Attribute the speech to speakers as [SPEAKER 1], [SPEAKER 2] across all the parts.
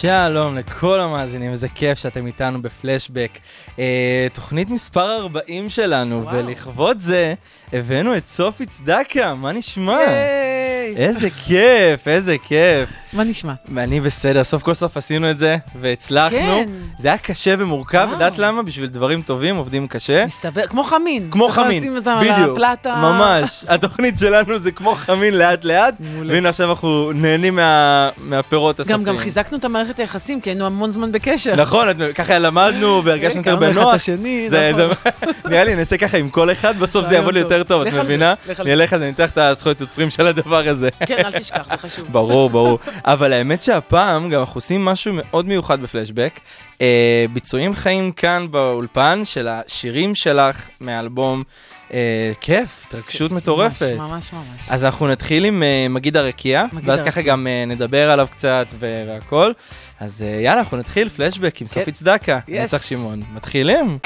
[SPEAKER 1] שלום לכל המאזינים, איזה כיף שאתם איתנו בפלשבק. אה, תוכנית מספר 40 שלנו, וואו. ולכבוד זה הבאנו את סופי צדקה, מה נשמע?
[SPEAKER 2] היי!
[SPEAKER 1] איזה כיף, איזה כיף.
[SPEAKER 2] מה נשמע?
[SPEAKER 1] אני בסדר, סוף כל סוף עשינו את זה, והצלחנו.
[SPEAKER 2] כן.
[SPEAKER 1] זה היה קשה ומורכב,
[SPEAKER 2] וואו.
[SPEAKER 1] יודעת למה? בשביל דברים טובים עובדים קשה.
[SPEAKER 2] מסתבר, כמו חמין.
[SPEAKER 1] כמו
[SPEAKER 2] צריך
[SPEAKER 1] חמין,
[SPEAKER 2] לשים אותם על
[SPEAKER 1] בדיוק,
[SPEAKER 2] הפלטה.
[SPEAKER 1] ממש. התוכנית שלנו זה כמו חמין לאט לאט,
[SPEAKER 2] מעולה.
[SPEAKER 1] והנה עכשיו אנחנו נהנים מה- מהפירות
[SPEAKER 2] גם
[SPEAKER 1] הסופיים.
[SPEAKER 2] גם חיזקנו את המערכת היחסים, כי היינו המון זמן בקשר.
[SPEAKER 1] נכון, את- ככה למדנו והרגשנו יותר
[SPEAKER 2] הכרנו אחד כן, את
[SPEAKER 1] בנוח.
[SPEAKER 2] השני,
[SPEAKER 1] זה-
[SPEAKER 2] נכון.
[SPEAKER 1] זה- נראה לי נעשה ככה עם כל אחד, בסוף זה
[SPEAKER 2] רעיון
[SPEAKER 1] יעבוד לי
[SPEAKER 2] טוב.
[SPEAKER 1] יותר טוב, את
[SPEAKER 2] לך על זה,
[SPEAKER 1] מבינה?
[SPEAKER 2] לך על זה.
[SPEAKER 1] נלך על זה, ניתן לך את הזכויות יוצרים של הדבר הזה.
[SPEAKER 2] כן, אל תשכח, זה חשוב.
[SPEAKER 1] ברור, ברור. אבל האמת שהפעם גם אנחנו עושים משהו מאוד מיוחד בפלשבק. אה, ביצועים חיים כאן באולפן של השירים שלך מהאלבום. אה, כיף, התרגשות מטורפת.
[SPEAKER 2] כן, ממש, ממש, ממש.
[SPEAKER 1] אז אנחנו נתחיל עם אה, מגיד הרקיע,
[SPEAKER 2] מגיד
[SPEAKER 1] ואז
[SPEAKER 2] הרקיע.
[SPEAKER 1] ככה גם אה, נדבר עליו קצת ו- והכל. אז אה, יאללה, אנחנו נתחיל פלשבק עם
[SPEAKER 2] כן.
[SPEAKER 1] סופי צדקה.
[SPEAKER 2] יס.
[SPEAKER 1] נצח שמעון. מתחילים?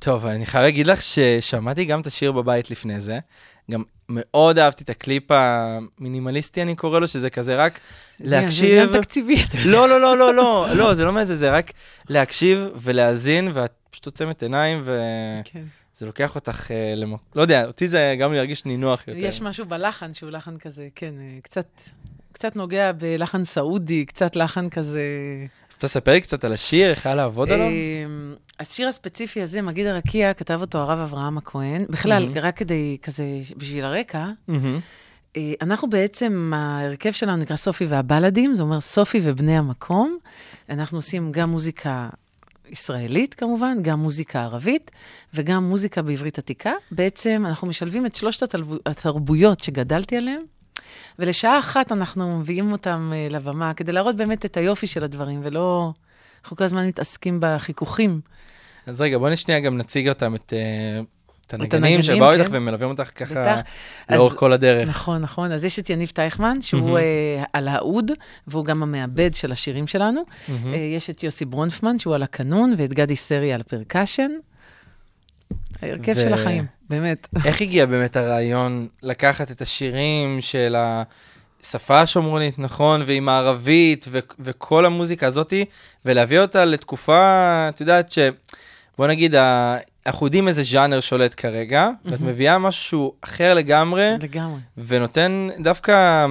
[SPEAKER 1] טוב, אני חייב להגיד לך ששמעתי גם את השיר בבית לפני זה. גם מאוד אהבתי את הקליפ המינימליסטי, אני קורא לו, שזה כזה רק
[SPEAKER 2] זה
[SPEAKER 1] להקשיב.
[SPEAKER 2] עניין תקציבי. אתה יודע.
[SPEAKER 1] לא, לא, לא, לא, לא, לא, זה לא מזה, זה רק להקשיב ולהאזין, ואת פשוט עוצמת עיניים, וזה
[SPEAKER 2] כן.
[SPEAKER 1] לוקח אותך אה, למקום, לא יודע, אותי זה גם ירגיש נינוח יותר.
[SPEAKER 2] יש משהו בלחן שהוא לחן כזה, כן, אה, קצת... קצת נוגע בלחן סעודי, קצת לחן כזה
[SPEAKER 1] רוצה לספר לי קצת על השיר, איך היה לעבוד עליו?
[SPEAKER 2] אמ, השיר הספציפי הזה, מגיד הרקיע, כתב אותו הרב אברהם הכהן. בכלל,
[SPEAKER 1] מהמם.
[SPEAKER 2] רק כדי, כזה, בשביל הרקע,
[SPEAKER 1] מהמם.
[SPEAKER 2] אה, אנחנו בעצם, ההרכב שלנו נקרא סופי והבלדים, זה אומר סופי ובני המקום. אנחנו עושים גם מוזיקה ישראלית כמובן, גם מוזיקה ערבית וגם מוזיקה בעברית עתיקה. בעצם אנחנו משלבים את שלושת התלבו- התרבויות שגדלתי עליהן, ולשעה אחת אנחנו מביאים אותם אה, לבמה כדי להראות באמת את היופי של הדברים, ולא... אנחנו כל הזמן מתעסקים בחיכוכים.
[SPEAKER 1] אז רגע, בואי נשניה גם נציג אותם, את אה, את הנגנים
[SPEAKER 2] הנגנים,
[SPEAKER 1] שבאו איתך
[SPEAKER 2] כן.
[SPEAKER 1] ומלווים אותך ככה
[SPEAKER 2] בטח. אז-
[SPEAKER 1] לאורך כל הדרך.
[SPEAKER 2] נכון, נכון. אז יש את יניב טייכמן, שהוא אה, על האוד, והוא גם המעבד של השירים שלנו.
[SPEAKER 1] מהמם.
[SPEAKER 2] אה, יש את יוסי ברונפמן, שהוא על הקנון, ואת גדי סרי על פרקשן. ההרכב
[SPEAKER 1] ו- אה,
[SPEAKER 2] של החיים, באמת.
[SPEAKER 1] איך הגיע באמת הרעיון לקחת את השירים של השפה השומרונית, נכון, ועם הערבית, ו- וכל המוזיקה הזאתי, ולהביא אותה לתקופה, את יודעת ש... בוא נגיד, ה- אנחנו יודעים איזה ז'אנר שולט כרגע, ואת מביאה משהו שהוא אחר לגמרי,
[SPEAKER 2] לגמרי.
[SPEAKER 1] ונותן דווקא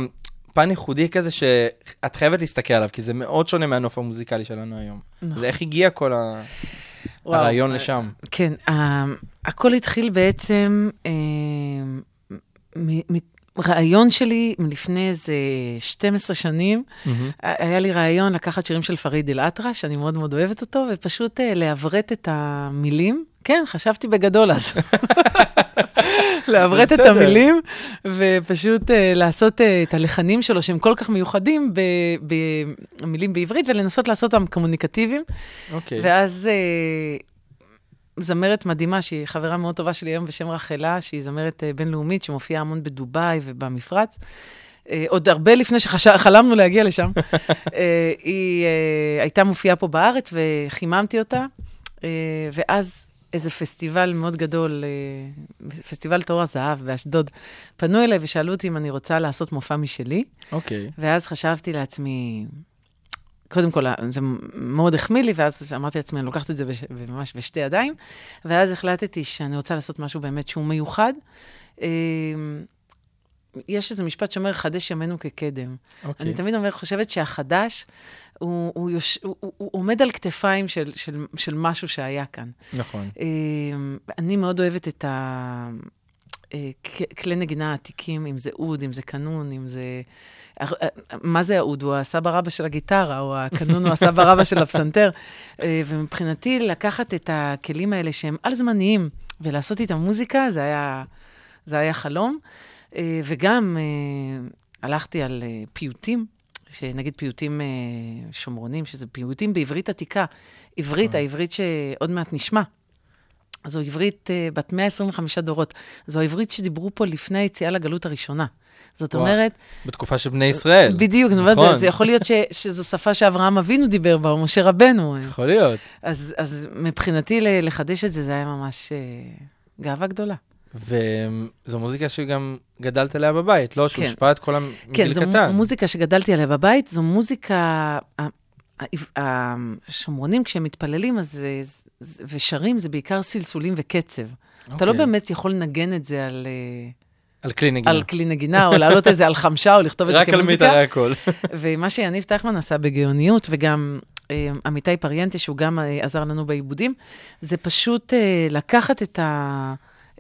[SPEAKER 1] פן ייחודי כזה שאת חייבת להסתכל עליו, כי זה מאוד שונה מהנוף המוזיקלי שלנו היום. אז איך הגיע כל ה-
[SPEAKER 2] נכון. וואו.
[SPEAKER 1] הרעיון לשם?
[SPEAKER 2] כן, ה- הכל התחיל בעצם אה, מ- מ- רעיון שלי מלפני איזה 12 שנים. היה לי רעיון לקחת שירים של פריד אל-עטרה, שאני מאוד מאוד אוהבת אותו, ופשוט אה, לעברת את המילים. כן, חשבתי בגדול אז. לעברת את
[SPEAKER 1] בסדר.
[SPEAKER 2] המילים, ופשוט אה, לעשות אה, את הלחנים שלו, שהם כל כך מיוחדים, במילים בעברית, ולנסות לעשות אותם קומוניקטיביים.
[SPEAKER 1] אוקיי.
[SPEAKER 2] ואז אה, זמרת מדהימה, שהיא חברה מאוד טובה שלי היום בשם רחלה, שהיא זמרת אה, בינלאומית שמופיעה המון בדובאי ובמפרץ. אה, עוד הרבה לפני שחלמנו להגיע לשם. אה, היא אה, הייתה מופיעה פה בארץ וחיממתי אותה, אה, ואז איזה פסטיבל מאוד גדול, אה, פסטיבל תור הזהב באשדוד, פנו אליי ושאלו אותי אם אני רוצה לעשות מופע משלי.
[SPEAKER 1] אוקיי.
[SPEAKER 2] ואז חשבתי לעצמי, קודם כל, זה מאוד החמיא לי, ואז אמרתי לעצמי, אני לוקחת את זה בש, ממש בשתי ידיים, ואז החלטתי שאני רוצה לעשות משהו באמת שהוא מיוחד. אמ, יש איזה משפט שאומר, חדש ימינו כקדם.
[SPEAKER 1] אוקיי.
[SPEAKER 2] אני תמיד אומר, חושבת שהחדש, הוא, הוא, יוש, הוא, הוא, הוא עומד על כתפיים של, של, של משהו שהיה כאן.
[SPEAKER 1] נכון.
[SPEAKER 2] אמ, אני מאוד אוהבת את ה... אה, כ- כלי נגינה עתיקים, אם זה אוד, אם זה קנון, אם זה... אה, אה, מה זה האוד? הוא הסבא רבא של הגיטרה, או הקנון הוא הסבא רבא של הפסנתר. אה, ומבחינתי, לקחת את הכלים האלה שהם על-זמניים, ולעשות איתם מוזיקה, זה היה, זה היה חלום. אה, וגם אה, הלכתי על אה, פיוטים. שנגיד פיוטים אה, שומרונים, שזה פיוטים בעברית עתיקה, עברית, העברית שעוד מעט נשמע. זו עברית אה, בת 125 דורות. זו העברית שדיברו פה לפני היציאה לגלות הראשונה. זאת
[SPEAKER 1] וואו.
[SPEAKER 2] אומרת,
[SPEAKER 1] בתקופה של בני ישראל. נכון.
[SPEAKER 2] בדיוק, זאת אומרת, זה יכול להיות ש, שזו שפה שאברהם אבינו דיבר בה, או משה רבנו. אה.
[SPEAKER 1] יכול להיות.
[SPEAKER 2] אז, אז מבחינתי ל- לחדש את זה, זה היה ממש אה, גאווה גדולה.
[SPEAKER 1] וזו מוזיקה שגם גדלת עליה בבית, לא? שהושפעת כל המ...
[SPEAKER 2] כן,
[SPEAKER 1] מגיל
[SPEAKER 2] זו
[SPEAKER 1] קטן.
[SPEAKER 2] מ- מוזיקה שגדלתי עליה בבית, זו מוזיקה... ה- ה- ה- השומרונים, כשהם מתפללים אז, זה- זה- ושרים, זה בעיקר סלסולים וקצב. אתה לא
[SPEAKER 1] אוקיי.
[SPEAKER 2] באמת יכול לנגן את זה על, אה,
[SPEAKER 1] על כלי נגינה.
[SPEAKER 2] על כלי נגינה, או להעלות את זה על חמשה, או לכתוב את זה
[SPEAKER 1] רק על
[SPEAKER 2] כמוזיקה.
[SPEAKER 1] מיתרי הקול.
[SPEAKER 2] ומה שיניב טחמן עשה בגאוניות, וגם אה, עמיתי פריאנטה, שהוא גם אה, עזר לנו בעיבודים, זה פשוט אה, לקחת את, ה,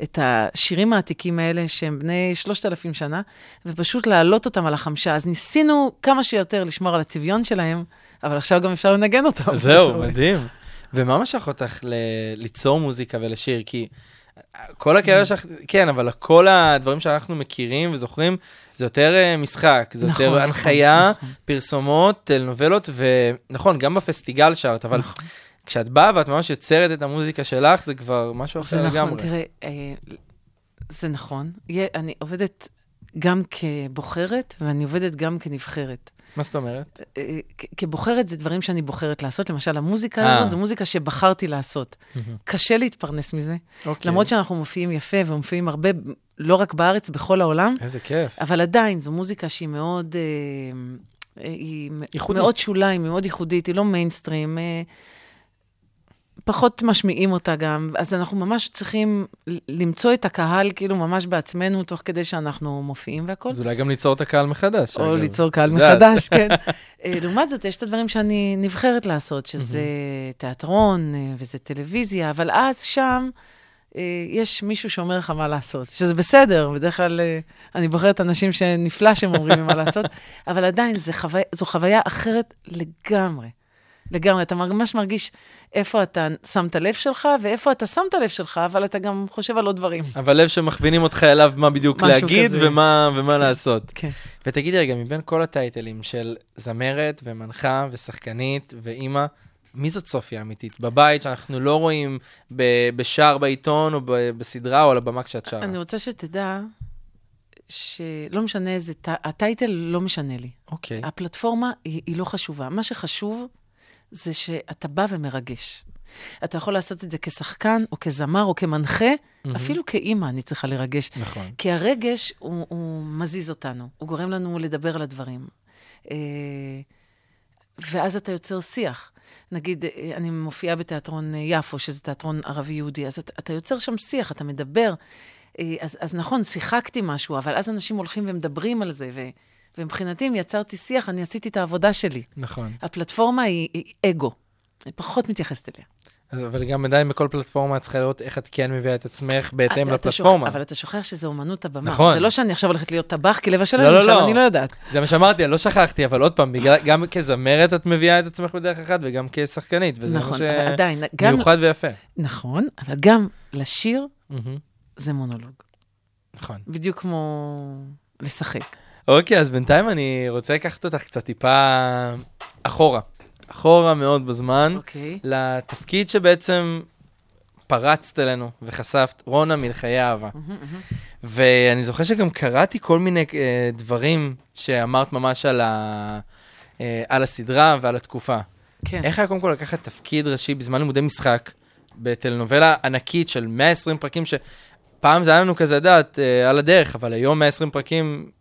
[SPEAKER 2] את השירים העתיקים האלה, שהם בני 3,000 שנה, ופשוט להעלות אותם על החמשה. אז ניסינו כמה שיותר לשמור על הצביון שלהם, אבל עכשיו גם אפשר לנגן אותם.
[SPEAKER 1] זהו, מדהים. ומה משך אותך ל- ליצור מוזיקה ולשיר? כי אה, כל הקריירה שלך, כן, אבל כל הדברים שאנחנו מכירים וזוכרים, זה יותר אה, משחק, זה
[SPEAKER 2] נכון,
[SPEAKER 1] יותר
[SPEAKER 2] נכון,
[SPEAKER 1] הנחיה,
[SPEAKER 2] נכון.
[SPEAKER 1] פרסומות, טלנובלות, ונכון, גם בפסטיגל שרת, אבל
[SPEAKER 2] נכון.
[SPEAKER 1] כשאת באה ואת ממש יוצרת את המוזיקה שלך, זה כבר משהו אחר
[SPEAKER 2] זה נכון,
[SPEAKER 1] לגמרי.
[SPEAKER 2] תראה, אה, זה נכון. יה- אני עובדת גם כבוחרת, ואני עובדת גם כנבחרת.
[SPEAKER 1] מה זאת אומרת?
[SPEAKER 2] אה, כ- כבוחרת זה דברים שאני בוחרת לעשות. למשל, המוזיקה
[SPEAKER 1] אה.
[SPEAKER 2] הזאת זו מוזיקה שבחרתי לעשות. קשה להתפרנס מזה,
[SPEAKER 1] אוקיי.
[SPEAKER 2] למרות שאנחנו מופיעים יפה ומופיעים הרבה, לא רק בארץ, בכל העולם,
[SPEAKER 1] איזה כיף.
[SPEAKER 2] אבל עדיין זו מוזיקה שהיא מאוד... אה, אה, היא מ-
[SPEAKER 1] ייחודית.
[SPEAKER 2] מאוד שוליים, היא מאוד ייחודית, היא לא מיינסטרים. אה, פחות משמיעים אותה גם, אז אנחנו ממש צריכים ל- למצוא את הקהל כאילו ממש בעצמנו, תוך כדי שאנחנו מופיעים והכול.
[SPEAKER 1] אז אולי גם ליצור את הקהל מחדש.
[SPEAKER 2] או
[SPEAKER 1] אגב.
[SPEAKER 2] ליצור קהל
[SPEAKER 1] את יודעת.
[SPEAKER 2] מחדש, כן. אה, לעומת זאת, יש את הדברים שאני נבחרת לעשות, שזה תיאטרון אה, וזה טלוויזיה, אבל אז שם אה, יש מישהו שאומר לך מה לעשות, שזה בסדר, בדרך כלל אה, אני בוחרת אנשים שנפלא שהם אומרים לי מה לעשות, אבל עדיין זה חוו... זו חוויה אחרת לגמרי. לגמרי, אתה ממש מרגיש איפה אתה שם את הלב שלך, ואיפה אתה שם את הלב שלך, אבל אתה גם חושב על עוד דברים.
[SPEAKER 1] אבל לב שמכווינים אותך אליו מה בדיוק
[SPEAKER 2] משהו
[SPEAKER 1] להגיד
[SPEAKER 2] כזה.
[SPEAKER 1] ומה, ומה לעשות.
[SPEAKER 2] כן.
[SPEAKER 1] ותגידי רגע, מבין כל הטייטלים של זמרת ומנחה ושחקנית ואימא, מי זאת סופיה אמיתית? בבית שאנחנו לא רואים ב- בשער בעיתון או ב- בסדרה או על הבמה כשאת שרה.
[SPEAKER 2] אני רוצה שתדע שלא משנה איזה, ט- הטייטל לא משנה לי.
[SPEAKER 1] אוקיי,
[SPEAKER 2] הפלטפורמה היא, היא לא חשובה. מה שחשוב זה שאתה בא ומרגש. אתה יכול לעשות את זה כשחקן, או כזמר, או כמנחה, mm-hmm. אפילו כאימא אני צריכה לרגש.
[SPEAKER 1] נכון.
[SPEAKER 2] כי הרגש הוא, הוא מזיז אותנו, הוא גורם לנו לדבר על הדברים. אה, ואז אתה יוצר שיח. נגיד, אה, אני מופיעה בתיאטרון אה, יפו, שזה תיאטרון ערבי-יהודי, אז אתה, אתה יוצר שם שיח, אתה מדבר. אה, אז, אז נכון, שיחקתי משהו, אבל אז אנשים הולכים ומדברים על זה, ו, ומבחינתי, אם יצרתי שיח, אני עשיתי את העבודה שלי.
[SPEAKER 1] נכון.
[SPEAKER 2] הפלטפורמה היא, היא אגו, אני פחות מתייחסת אליה.
[SPEAKER 1] אז, אבל גם עדיין בכל פלטפורמה את צריכה לראות איך את כן מביאה את
[SPEAKER 2] אה,
[SPEAKER 1] עצמך בהתאם
[SPEAKER 2] אתה- אתה שוכח-
[SPEAKER 1] לפלטפורמה.
[SPEAKER 2] לא אבל אתה שוכח שזה אומנות הבמה.
[SPEAKER 1] נכון.
[SPEAKER 2] זה לא שאני עכשיו הולכת להיות טבח, כי לבשל
[SPEAKER 1] לא, לא,
[SPEAKER 2] למשל,
[SPEAKER 1] לא.
[SPEAKER 2] אני לא יודעת.
[SPEAKER 1] זה מה שאמרתי, אני לא שכחתי, אבל עוד פעם, בגלל, גם כזמרת את מביאה את עצמך בדרך אחת וגם כשחקנית, וזה לא
[SPEAKER 2] נכון,
[SPEAKER 1] מה
[SPEAKER 2] אבל עדיין, גם-
[SPEAKER 1] שמיוחד ויפה.
[SPEAKER 2] נכון, אבל גם לשיר
[SPEAKER 1] מהמם,
[SPEAKER 2] זה מונולוג.
[SPEAKER 1] נכון.
[SPEAKER 2] בדיוק כמו לשחק.
[SPEAKER 1] אוקיי, אז בינתיים אני רוצה לקחת אותך קצת טיפה אחורה. אחורה מאוד בזמן,
[SPEAKER 2] אוקיי.
[SPEAKER 1] לתפקיד שבעצם פרצת אלינו וחשפת, רונה מלחיי אהבה. ואני זוכר שגם קראתי כל מיני אה, דברים שאמרת ממש על, ה... אה, על הסדרה ועל התקופה.
[SPEAKER 2] כן.
[SPEAKER 1] איך היה קודם כל לקחת תפקיד ראשי בזמן לימודי משחק, בטלנובלה ענקית של 120 פרקים, שפעם זה היה לנו כזה, את יודעת, אה, על הדרך, אבל היום 120 פרקים,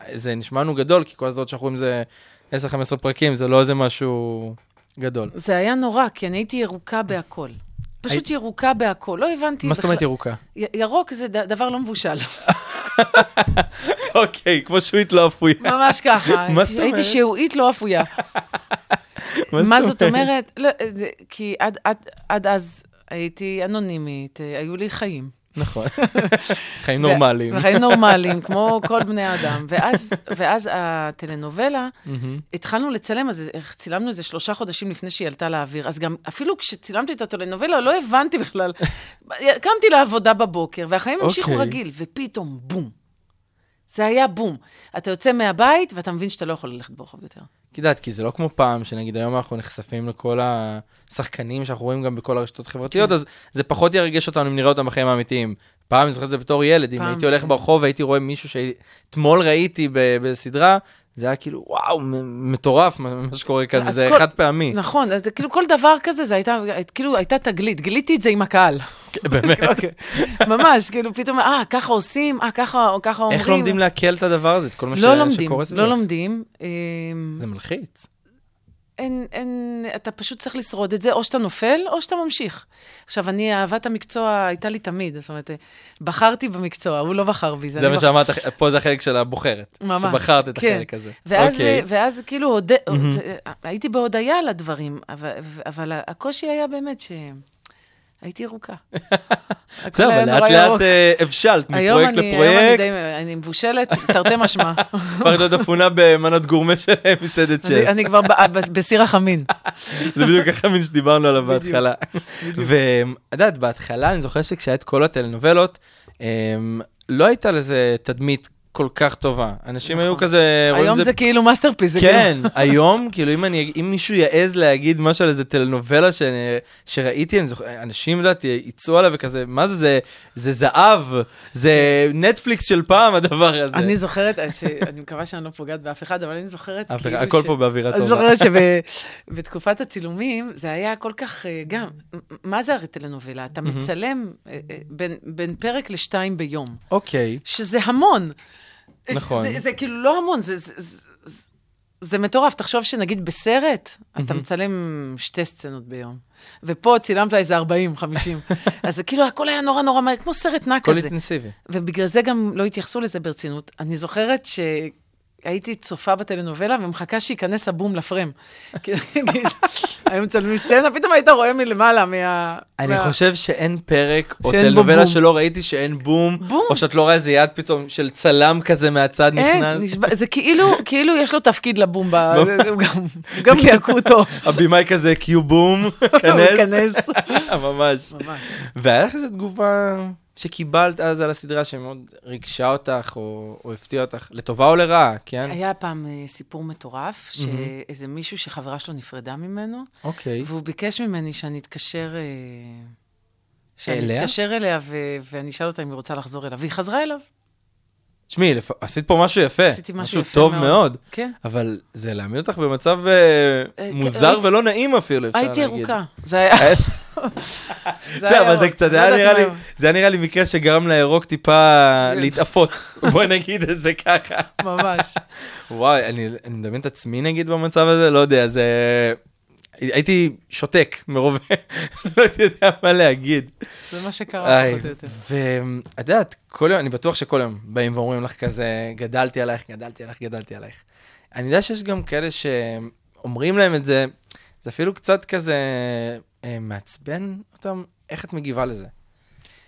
[SPEAKER 1] אה, זה נשמע לנו גדול, כי כל הסדרות שאנחנו רואים זה 10-15 פרקים, זה לא איזה משהו גדול.
[SPEAKER 2] זה היה נורא, כי אני הייתי ירוקה בהכל. פשוט
[SPEAKER 1] היית-
[SPEAKER 2] ירוקה בהכל, לא הבנתי
[SPEAKER 1] מה זאת אומרת ירוקה?
[SPEAKER 2] י- ירוק זה ד- דבר לא מבושל,
[SPEAKER 1] אוקיי, כמו שועית לא אפויה.
[SPEAKER 2] ממש ככה.
[SPEAKER 1] מה זאת
[SPEAKER 2] הייתי
[SPEAKER 1] אומרת?
[SPEAKER 2] שהועית לא אפויה. מה זאת אומרת? לא, זה- כי עד- עד- עד אז הייתי אנונימית, אה, היו לי חיים.
[SPEAKER 1] נכון. חיים נורמליים.
[SPEAKER 2] ו- חיים נורמליים, כמו כל בני האדם. ואז, ואז הטלנובלה, התחלנו לצלם, אז צילמנו איזה שלושה חודשים לפני שהיא עלתה לאוויר. אז גם, אפילו כשצילמתי את הטלנובלה, לא הבנתי בכלל. קמתי לעבודה בבוקר, והחיים המשיכו
[SPEAKER 1] אוקיי.
[SPEAKER 2] רגיל, ופתאום, בום. זה היה בום. אתה יוצא מהבית ואתה מבין שאתה לא יכול ללכת ברחוב יותר.
[SPEAKER 1] את יודעת, כי זה לא כמו פעם, שנגיד היום אנחנו נחשפים לכל השחקנים שאנחנו רואים גם בכל הרשתות החברתיות,
[SPEAKER 2] כן.
[SPEAKER 1] אז זה פחות ירגש אותנו אם נראה אותם בחיים האמיתיים. פעם, אני זוכר את זה בתור ילד, אם
[SPEAKER 2] פעם
[SPEAKER 1] הייתי
[SPEAKER 2] זה- כן.
[SPEAKER 1] הולך ברחוב והייתי רואה מישהו שאתמול ראיתי ב- בסדרה, זה היה כאילו, וואו, מ- מטורף מה מה שקורה כאן,
[SPEAKER 2] אז
[SPEAKER 1] זה
[SPEAKER 2] כל-
[SPEAKER 1] חד פעמי.
[SPEAKER 2] נכון, אז זה כאילו כל דבר כזה, זה הייתה, כאילו הייתה תגלית, גיליתי את זה עם הקהל.
[SPEAKER 1] באמת.
[SPEAKER 2] אוקיי. ממש, כאילו פתאום, אה, ככה עושים, אה, ככה ככה אומרים.
[SPEAKER 1] איך לומדים לעכל את הדבר הזה, את כל מה ש-
[SPEAKER 2] לא
[SPEAKER 1] שקורה
[SPEAKER 2] לומדים,
[SPEAKER 1] סביבך?
[SPEAKER 2] לא לומדים. אה,
[SPEAKER 1] זה מלחיץ.
[SPEAKER 2] אין, אין, אתה פשוט צריך לשרוד את זה, או שאתה נופל, או שאתה ממשיך. עכשיו, אני, אהבת המקצוע הייתה לי תמיד, זאת אומרת, אה, בחרתי במקצוע, הוא לא בחר בי.
[SPEAKER 1] זה
[SPEAKER 2] אני
[SPEAKER 1] מה
[SPEAKER 2] בח-
[SPEAKER 1] שאמרת, פה זה החלק של הבוחרת.
[SPEAKER 2] ממש,
[SPEAKER 1] שבחרת את
[SPEAKER 2] כן.
[SPEAKER 1] החלק הזה.
[SPEAKER 2] ואז,
[SPEAKER 1] אוקיי.
[SPEAKER 2] ואז כאילו, הוד... זה- הייתי בהודיה על הדברים, אבל, אבל הקושי היה באמת שהייתי ירוקה. הכל
[SPEAKER 1] בסדר,
[SPEAKER 2] היה
[SPEAKER 1] אבל
[SPEAKER 2] נורא
[SPEAKER 1] לאט
[SPEAKER 2] ירוק.
[SPEAKER 1] לאט אה, הבשלת
[SPEAKER 2] היום
[SPEAKER 1] מפרויקט
[SPEAKER 2] אני- היום אני
[SPEAKER 1] לפרויקט,
[SPEAKER 2] די- אני מבושלת, תרתי משמע.
[SPEAKER 1] כבר להיות אפונה במנות גורמה של מסעדת
[SPEAKER 2] אני-
[SPEAKER 1] שף.
[SPEAKER 2] אני כבר ב- ב- בסיר החמין.
[SPEAKER 1] זה בדיוק החמין שדיברנו עליו בהתחלה. ואת יודעת, בהתחלה אני זוכר שכשהיה את כל הטלנובלות, אמ, לא הייתה לזה תדמית כל כך טובה. אנשים היו כזה... רואים את
[SPEAKER 2] נכון. היום זה כאילו מאסטרפיס. זה
[SPEAKER 1] כן,
[SPEAKER 2] כאילו-
[SPEAKER 1] היום, כאילו, אם, אני, אם מישהו יעז להגיד משהו על איזה טלנובלה ש, שראיתי, אני זוכר, אנשים, לדעתי, יצאו עליו וכזה, מה זה, זה, זה זהב, זה נטפליקס של פעם, הדבר הזה.
[SPEAKER 2] אני זוכרת, ש- אני מקווה שאני לא פוגעת באף אחד, אבל אני זוכרת
[SPEAKER 1] אבל
[SPEAKER 2] כאילו
[SPEAKER 1] הכל
[SPEAKER 2] ש-
[SPEAKER 1] פה באווירה
[SPEAKER 2] אני
[SPEAKER 1] טובה.
[SPEAKER 2] זוכרת שבתקופת הצילומים זה היה כל כך, אה, גם, מ- מ- מה זה הרי טלנובלה? אתה מצלם אה, אה, בין- בין פרק לשתיים ביום,
[SPEAKER 1] אוקיי.
[SPEAKER 2] שזה המון. אה, ש-
[SPEAKER 1] נכון.
[SPEAKER 2] זה- זה כאילו לא המון, זה... זה- זה- זה- זה מטורף, תחשוב שנגיד בסרט, אתה מצלם שתי סצנות ביום, ופה צילמת איזה 40, 50. אז זה כאילו, הכל היה נורא נורא מהר, כמו סרט נע
[SPEAKER 1] הכל
[SPEAKER 2] כזה.
[SPEAKER 1] אינטנסיבי.
[SPEAKER 2] ובגלל זה גם לא התייחסו לזה ברצינות. אני זוכרת שהייתי צופה בטלנובלה ומחכה שייכנס הבום לפריים. כי- נגיד, היו מצלמים סצנה, פתאום היית רואה מלמעלה מה...
[SPEAKER 1] אני
[SPEAKER 2] מה-
[SPEAKER 1] חושב שאין פרק או
[SPEAKER 2] שאין בו
[SPEAKER 1] טלנובלה
[SPEAKER 2] בום.
[SPEAKER 1] שלא ראיתי שאין בום,
[SPEAKER 2] בום. אה,
[SPEAKER 1] או שאת לא רואה איזה יד פתאום של צלם כזה מהצד
[SPEAKER 2] אין,
[SPEAKER 1] נכנס.
[SPEAKER 2] נשבע- זה כאילו, כאילו יש לו תפקיד לבום, ב-
[SPEAKER 1] לא.
[SPEAKER 2] זה- זה- הוא גם- הוא גם ליהקו אותו.
[SPEAKER 1] הבמאי כזה קיו בום, כנס.
[SPEAKER 2] כנס.
[SPEAKER 1] ממש.
[SPEAKER 2] ממש.
[SPEAKER 1] והיה לך איזו תגובה שקיבלת אז על הסדרה שמאוד ריגשה אותך או או הפתיעה אותך, לטובה או לרעה, כן?
[SPEAKER 2] היה פעם אה, סיפור מטורף, שאיזה מישהו שחברה שלו נפרדה ממנו,
[SPEAKER 1] אוקיי.
[SPEAKER 2] והוא ביקש ממני שאני אתקשר... אה, שאני
[SPEAKER 1] אליה?
[SPEAKER 2] אתקשר אליה ו- ואני אשאל אותה אם היא רוצה לחזור אליו, והיא חזרה אליו.
[SPEAKER 1] תשמעי, לפ- עשית פה משהו יפה.
[SPEAKER 2] עשיתי משהו יפה
[SPEAKER 1] טוב
[SPEAKER 2] מאוד.
[SPEAKER 1] מאוד.
[SPEAKER 2] כן.
[SPEAKER 1] אבל זה להעמיד אותך במצב אה,
[SPEAKER 2] אה, כן,
[SPEAKER 1] מוזר
[SPEAKER 2] הייתי-
[SPEAKER 1] ולא נעים אפילו, אפשר להגיד. אה,
[SPEAKER 2] הייתי ירוקה. זה היה... זה
[SPEAKER 1] בסדר, אבל
[SPEAKER 2] היה-
[SPEAKER 1] זה קצת
[SPEAKER 2] לא
[SPEAKER 1] היה
[SPEAKER 2] יודעת
[SPEAKER 1] נראה לי,
[SPEAKER 2] מה. כן.
[SPEAKER 1] זה היה נראה לי מקרה שגרם לירוק טיפה להתעפות, בוא נגיד את זה ככה.
[SPEAKER 2] ממש.
[SPEAKER 1] וואי, אני אני מדמיין את עצמי נגיד במצב הזה, לא יודע, זה... הייתי שותק מרוב, לא הייתי יודע מה להגיד.
[SPEAKER 2] זה מה שקרה
[SPEAKER 1] איי,
[SPEAKER 2] פחות או יותר.
[SPEAKER 1] ואת יודעת, כל יום, אני בטוח שכל יום באים ואומרים לך כזה, גדלתי עלייך, גדלתי עלייך, גדלתי עלייך. אני יודע שיש גם כאלה שאומרים להם את זה, זה אפילו קצת כזה אה, מעצבן אותם, איך את מגיבה לזה?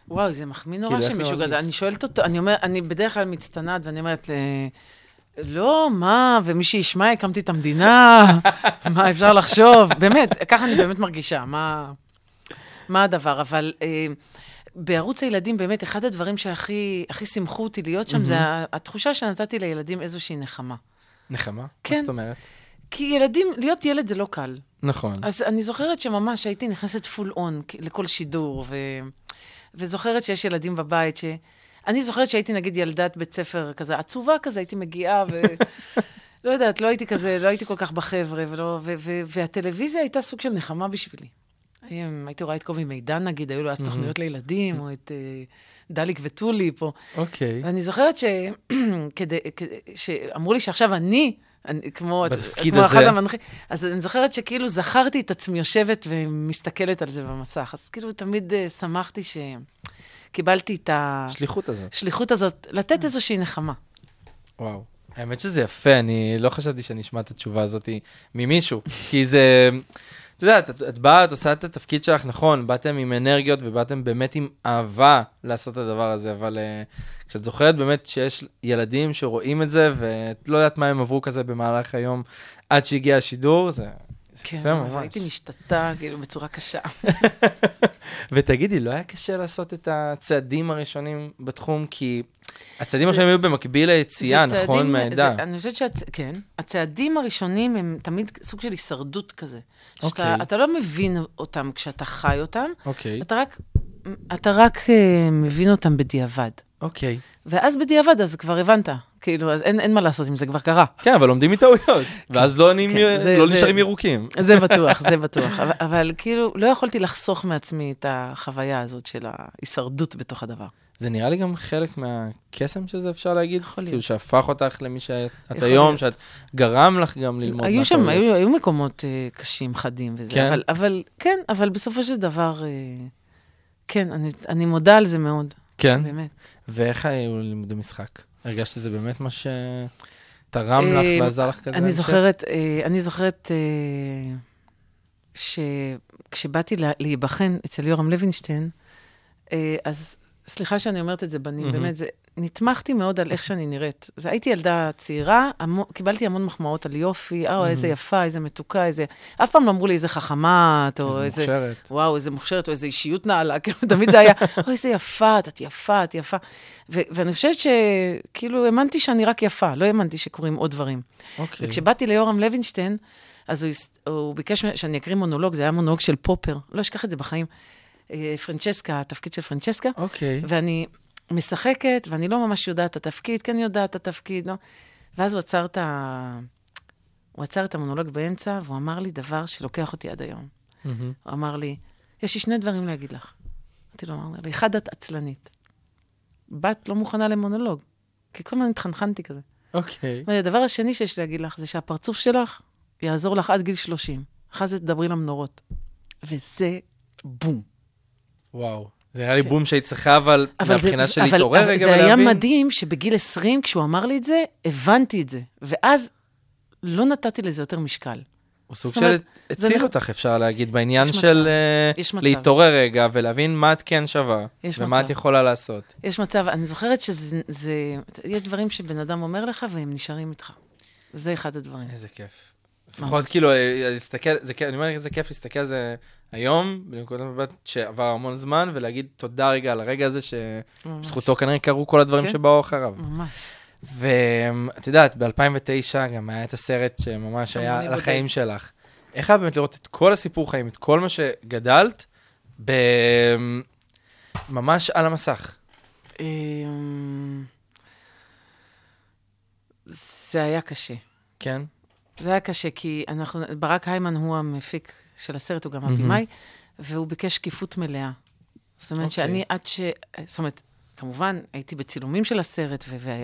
[SPEAKER 2] וואו, זה מחמיא נורא
[SPEAKER 1] כאילו, איך זה
[SPEAKER 2] שמישהו
[SPEAKER 1] מרגיש?
[SPEAKER 2] גדל. אני שואלת אותו, אני אומרת, אני בדרך כלל מצטנעת, ואני אומרת, אה, לא, מה, ומי שישמע, הקמתי את המדינה, מה אפשר לחשוב? באמת, ככה אני באמת מרגישה, מה, מה הדבר. אבל אה, בערוץ הילדים, באמת, אחד הדברים שהכי הכי שימחו אותי להיות שם, זה ה- התחושה שנתתי לילדים איזושהי נחמה.
[SPEAKER 1] נחמה?
[SPEAKER 2] כן.
[SPEAKER 1] מה זאת אומרת?
[SPEAKER 2] כי ילדים, להיות ילד זה לא קל.
[SPEAKER 1] נכון.
[SPEAKER 2] אז אני זוכרת שממש הייתי נכנסת פול און לכל שידור, ו... וזוכרת שיש ילדים בבית ש... אני זוכרת שהייתי נגיד ילדת בית ספר כזה עצובה כזה, הייתי מגיעה ו... לא יודעת, לא הייתי כזה, לא הייתי כל כך בחבר'ה, ולא, ו- ו- והטלוויזיה הייתה סוג של נחמה בשבילי. אמ, הייתי רואה את קובי מידן נגיד, היו לו אז תוכניות לילדים, או את אה, דליק וטוליפ, או...
[SPEAKER 1] אוקיי.
[SPEAKER 2] ואני זוכרת ש... כדי, כדי, שאמרו לי שעכשיו אני, אני כמו,
[SPEAKER 1] בתפקיד
[SPEAKER 2] כמו
[SPEAKER 1] הזה.
[SPEAKER 2] אחד המנחים, אז אני זוכרת שכאילו זכרתי את עצמי יושבת ומסתכלת על זה במסך, אז כאילו תמיד אה, שמחתי שקיבלתי את
[SPEAKER 1] השליחות הזאת.
[SPEAKER 2] השליחות הזאת,
[SPEAKER 1] אה.
[SPEAKER 2] לתת איזושהי נחמה.
[SPEAKER 1] וואו. האמת שזה יפה, אני לא חשבתי שאני אשמע את התשובה הזאת ממישהו, כי זה... את יודעת, את, את באה, את עושה את התפקיד שלך נכון, באתם עם אנרגיות ובאתם באמת עם אהבה לעשות את הדבר הזה, אבל uh, כשאת זוכרת באמת שיש ילדים שרואים את זה, ואת לא יודעת מה הם עברו כזה במהלך היום עד שהגיע השידור, זה,
[SPEAKER 2] כן,
[SPEAKER 1] יפה
[SPEAKER 2] ממש.
[SPEAKER 1] ממש.
[SPEAKER 2] הייתי משתתה, כאילו, בצורה קשה.
[SPEAKER 1] ותגידי, לא היה קשה לעשות את הצעדים הראשונים בתחום? כי הצעדים
[SPEAKER 2] זה-
[SPEAKER 1] הראשונים היו במקביל ליציאה,
[SPEAKER 2] זה
[SPEAKER 1] נכון?
[SPEAKER 2] צעדים-
[SPEAKER 1] מהעדה.
[SPEAKER 2] זה- אני חושבת שהצ... כן. הצעדים הראשונים הם תמיד סוג של הישרדות כזה.
[SPEAKER 1] אוקיי.
[SPEAKER 2] שאתה אתה לא מבין אותם כשאתה חי אותם,
[SPEAKER 1] אוקיי,
[SPEAKER 2] אתה רק, אתה רק אה, מבין אותם בדיעבד.
[SPEAKER 1] אוקיי.
[SPEAKER 2] ואז בדיעבד, אז כבר הבנת. כאילו, אז אין, אין מה לעשות עם זה, כבר קרה.
[SPEAKER 1] כן, אבל לומדים מטעויות, ואז לא נהיים-
[SPEAKER 2] כן, זה-
[SPEAKER 1] לא
[SPEAKER 2] זה-
[SPEAKER 1] נשארים ירוקים.
[SPEAKER 2] זה בטוח, זה בטוח. אבל, אבל כאילו, לא יכולתי לחסוך מעצמי את החוויה הזאת של ההישרדות בתוך הדבר.
[SPEAKER 1] זה נראה לי גם חלק מהקסם שזה, אפשר להגיד.
[SPEAKER 2] יכול להיות.
[SPEAKER 1] כאילו שהפך אותך למי שאת את
[SPEAKER 2] יכול
[SPEAKER 1] היום,
[SPEAKER 2] להיות.
[SPEAKER 1] שאת גרם לך גם ללמוד.
[SPEAKER 2] היו שם,
[SPEAKER 1] מהטעויות.
[SPEAKER 2] היו, היו מקומות אה, קשים, חדים וזה,
[SPEAKER 1] כן?
[SPEAKER 2] כן? אבל, אבל כן, אבל בסופו של דבר, אה, כן, אני, אני מודה על זה מאוד,
[SPEAKER 1] כן,
[SPEAKER 2] באמת.
[SPEAKER 1] ואיך היו לימודי משחק? הרגשת שזה באמת מה שתרם לך
[SPEAKER 2] אה,
[SPEAKER 1] ועזר לך כזה?
[SPEAKER 2] אני
[SPEAKER 1] להמשך?
[SPEAKER 2] זוכרת, אה, אני זוכרת אה, שכשבאתי לה- להיבחן אצל יורם לוינשטיין, אה, אז סליחה שאני אומרת את זה, בנים,
[SPEAKER 1] מהמם. אוקיי.
[SPEAKER 2] באמת, זה, נתמכתי מאוד על איך שאני נראית. אז הייתי ילדה צעירה, המו, קיבלתי המון מחמאות על יופי, אה, איזה יפה, איזה מתוקה, איזה... אף פעם לא אמרו לי איזה חכמה, את, או
[SPEAKER 1] איזה
[SPEAKER 2] איזה...
[SPEAKER 1] מוכשרת.
[SPEAKER 2] וואו, איזה מוכשרת, או איזה אישיות נעלה, כאילו, תמיד זה היה, אוי, איזה יפה, את, את יפה, את יפה. ו- ואני חושבת שכאילו, האמנתי שאני רק יפה, לא האמנתי שקורים עוד דברים.
[SPEAKER 1] אוקיי.
[SPEAKER 2] וכשבאתי ליורם לוינשטיין, אז הוא, הס- הוא ביקש ממני שאני אקריא מונולוג, זה היה מונולוג של פופר, לא אשכח את זה בחיים. אה, פרנצ'סקה, התפקיד של פרנצ'סקה,
[SPEAKER 1] אוקיי.
[SPEAKER 2] ואני משחקת, ואני לא ממש יודעת את התפקיד, כן יודעת את התפקיד, לא. ואז הוא עצר את ה... הוא עצר את המונולוג באמצע, והוא אמר לי דבר שלוקח אותי עד היום.
[SPEAKER 1] מהמם.
[SPEAKER 2] הוא אמר לי, יש לי שני דברים להגיד לך. אמרתי לו, הוא אמר לי, אחד, את עצלנית. בת לא מוכנה למונולוג, כי כל הזמן התחנחנתי כזה.
[SPEAKER 1] אוקיי.
[SPEAKER 2] והדבר השני שיש לי להגיד לך, זה שהפרצוף שלך יעזור לך עד גיל 30. אחרי זה תדברי למנורות. וזה בום.
[SPEAKER 1] וואו. זה נראה לי בום שהיית צריכה, אבל
[SPEAKER 2] זה-
[SPEAKER 1] מהבחינה של
[SPEAKER 2] כן. אבל-
[SPEAKER 1] להתעורר
[SPEAKER 2] אבל
[SPEAKER 1] רגע
[SPEAKER 2] זה היה
[SPEAKER 1] ולהבין.
[SPEAKER 2] מדהים שבגיל 20, כשהוא אמר לי את זה, הבנתי את זה. ואז לא נתתי לזה יותר משקל.
[SPEAKER 1] הוא סוג
[SPEAKER 2] זאת אומרת,
[SPEAKER 1] של
[SPEAKER 2] זה
[SPEAKER 1] הצהיר
[SPEAKER 2] לא-
[SPEAKER 1] אותך, אפשר להגיד, בעניין
[SPEAKER 2] יש מצב,
[SPEAKER 1] של אה,
[SPEAKER 2] יש מצב.
[SPEAKER 1] להתעורר רגע ולהבין מה את כן שווה,
[SPEAKER 2] יש
[SPEAKER 1] ומה
[SPEAKER 2] מצב.
[SPEAKER 1] את יכולה לעשות.
[SPEAKER 2] יש מצב, אני זוכרת שזה... זה- יש דברים שבן אדם אומר לך והם נשארים איתך. זה אחד הדברים.
[SPEAKER 1] איזה כיף. לפחות כאילו, אה, להסתכל, זה כיף- אני אומר, איזה כיף להסתכל על זה היום, בנקודת מבט שעבר המון זמן, ולהגיד תודה רגע על הרגע הזה,
[SPEAKER 2] ממש.
[SPEAKER 1] שבזכותו כנראה קרו כל הדברים
[SPEAKER 2] כן.
[SPEAKER 1] שבאו אחריו.
[SPEAKER 2] ממש.
[SPEAKER 1] ואת יודעת, ב-2009 גם היה את הסרט שממש היה
[SPEAKER 2] המוני
[SPEAKER 1] על
[SPEAKER 2] בודד.
[SPEAKER 1] החיים שלך. איך היה באמת לראות את כל הסיפור חיים, את כל מה שגדלת, ב- ממש על המסך?
[SPEAKER 2] אמ, זה היה קשה.
[SPEAKER 1] כן?
[SPEAKER 2] זה היה קשה, כי אנחנו, ברק היימן הוא המפיק של הסרט, הוא גם הבמאי, והוא ביקש שקיפות מלאה. זאת אומרת
[SPEAKER 1] אוקיי.
[SPEAKER 2] שאני עד ש... זאת אומרת, כמובן, הייתי בצילומים של הסרט, ו-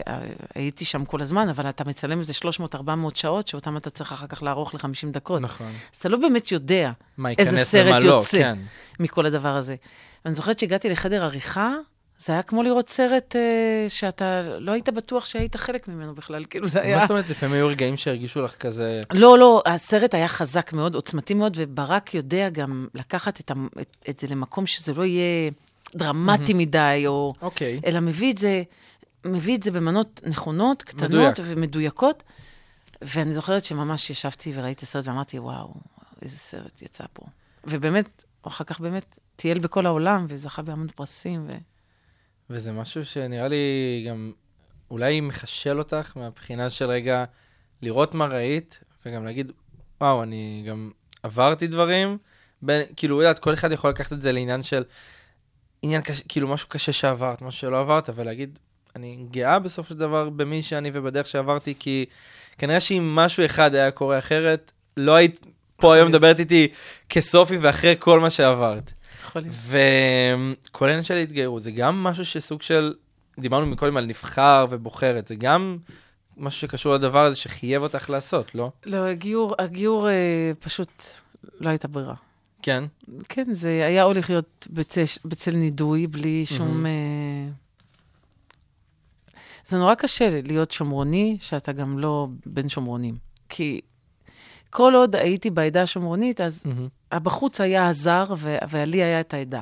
[SPEAKER 2] והייתי שם כל הזמן, אבל אתה מצלם איזה 300-400 שעות, שאותם אתה צריך אחר כך לערוך ל-50 דקות.
[SPEAKER 1] נכון.
[SPEAKER 2] אז אתה לא באמת יודע
[SPEAKER 1] מה
[SPEAKER 2] איזה
[SPEAKER 1] ייכנס
[SPEAKER 2] סרט
[SPEAKER 1] ומה לא,
[SPEAKER 2] יוצא.
[SPEAKER 1] כן.
[SPEAKER 2] מכל הדבר הזה. ואני זוכרת שהגעתי לחדר עריכה, זה היה כמו לראות סרט אה, שאתה לא היית בטוח שהיית חלק ממנו בכלל, כאילו זה היה...
[SPEAKER 1] מה זאת אומרת, לפעמים היו רגעים שהרגישו לך כזה,
[SPEAKER 2] לא, לא, הסרט היה חזק מאוד, עוצמתי מאוד, וברק יודע גם לקחת את, המ- את, את זה למקום שזה לא יהיה דרמטי מדי, או...
[SPEAKER 1] אוקיי,
[SPEAKER 2] אלא מביא את זה, מביא את זה במנות נכונות, קטנות
[SPEAKER 1] מדויק.
[SPEAKER 2] ומדויקות. ואני זוכרת שממש ישבתי וראיתי את הסרט ואמרתי, וואו, איזה סרט יצא פה. ובאמת, אחר כך באמת טייל בכל העולם וזכה בהמון פרסים. ו...
[SPEAKER 1] וזה משהו שנראה לי גם אולי מחשל אותך מהבחינה של רגע לראות מה ראית, וגם להגיד, וואו, אני גם עברתי דברים. בין, כאילו, יודעת, כל אחד יכול לקחת את זה לעניין של עניין קשה, כאילו משהו קשה שעברת, משהו שלא עברת, ולהגיד, אני גאה בסופו של דבר במי שאני ובדרך שעברתי, כי כנראה שאם משהו אחד היה קורה אחרת, לא היית פה היום מדברת איתי כסופי ואחרי כל מה שעברת.
[SPEAKER 2] יכול להיות.
[SPEAKER 1] וכל העניין של ההתגיירות, זה גם משהו שסוג של, דיברנו מקודם על נבחר ובוחרת, זה גם משהו שקשור לדבר הזה שחייב אותך לעשות, לא?
[SPEAKER 2] לא, הגיור, הגיור אה, פשוט לא הייתה ברירה.
[SPEAKER 1] כן.
[SPEAKER 2] כן, זה היה או לחיות בצל, בצל נידוי, בלי שום... אה, זה נורא קשה להיות שומרוני, שאתה גם לא בן שומרונים. כי כל עוד הייתי בעדה השומרונית, אז הבחוץ היה הזר, ו- ועלי היה את העדה.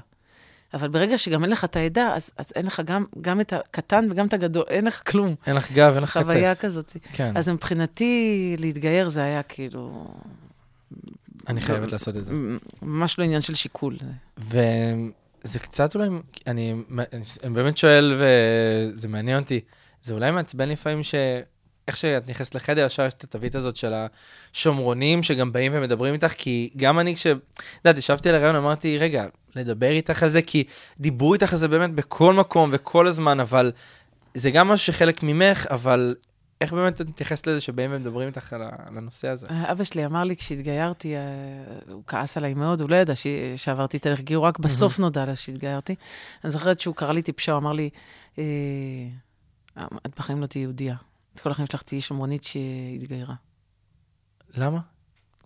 [SPEAKER 2] אבל ברגע שגם אין לך את העדה, אז, אז אין לך גם, גם את הקטן וגם את הגדול, אין לך כלום.
[SPEAKER 1] אין לך גב, אין לך כתף.
[SPEAKER 2] חוויה כזאת.
[SPEAKER 1] כן.
[SPEAKER 2] אז מבחינתי, להתגייר זה היה כאילו...
[SPEAKER 1] אני חייבת לעשות את זה.
[SPEAKER 2] ממש לא עניין של שיקול. זה-
[SPEAKER 1] וזה קצת אולי, אני, אני באמת שואל, וזה מעניין אותי, זה אולי מעצבן לפעמים ש... איך שאת נכנסת לחדר, ישר יש את התווית הזאת של השומרונים שגם באים ומדברים איתך, כי גם אני, כש... את יודעת, ישבתי על הרעיון, אמרתי, רגע, לדבר איתך על זה, כי דיברו איתך על זה באמת בכל מקום וכל הזמן, אבל זה גם משהו שחלק ממך, אבל איך באמת את מתייחסת לזה שבאים ומדברים איתך על, ה... על הנושא הזה?
[SPEAKER 2] אבא שלי אמר לי כשהתגיירתי, אה, הוא כעס עליי מאוד, הוא לא ידע ש... שעברתי את הלך גיור, רק בסוף נודע לה שהתגיירתי. אני זוכרת שהוא קרא לי טיפשה, הוא אמר לי, אה, את בחיים לא תהיי יהודייה. את כל החיים שלך תהיי שומרונית שהתגיירה.
[SPEAKER 1] למה?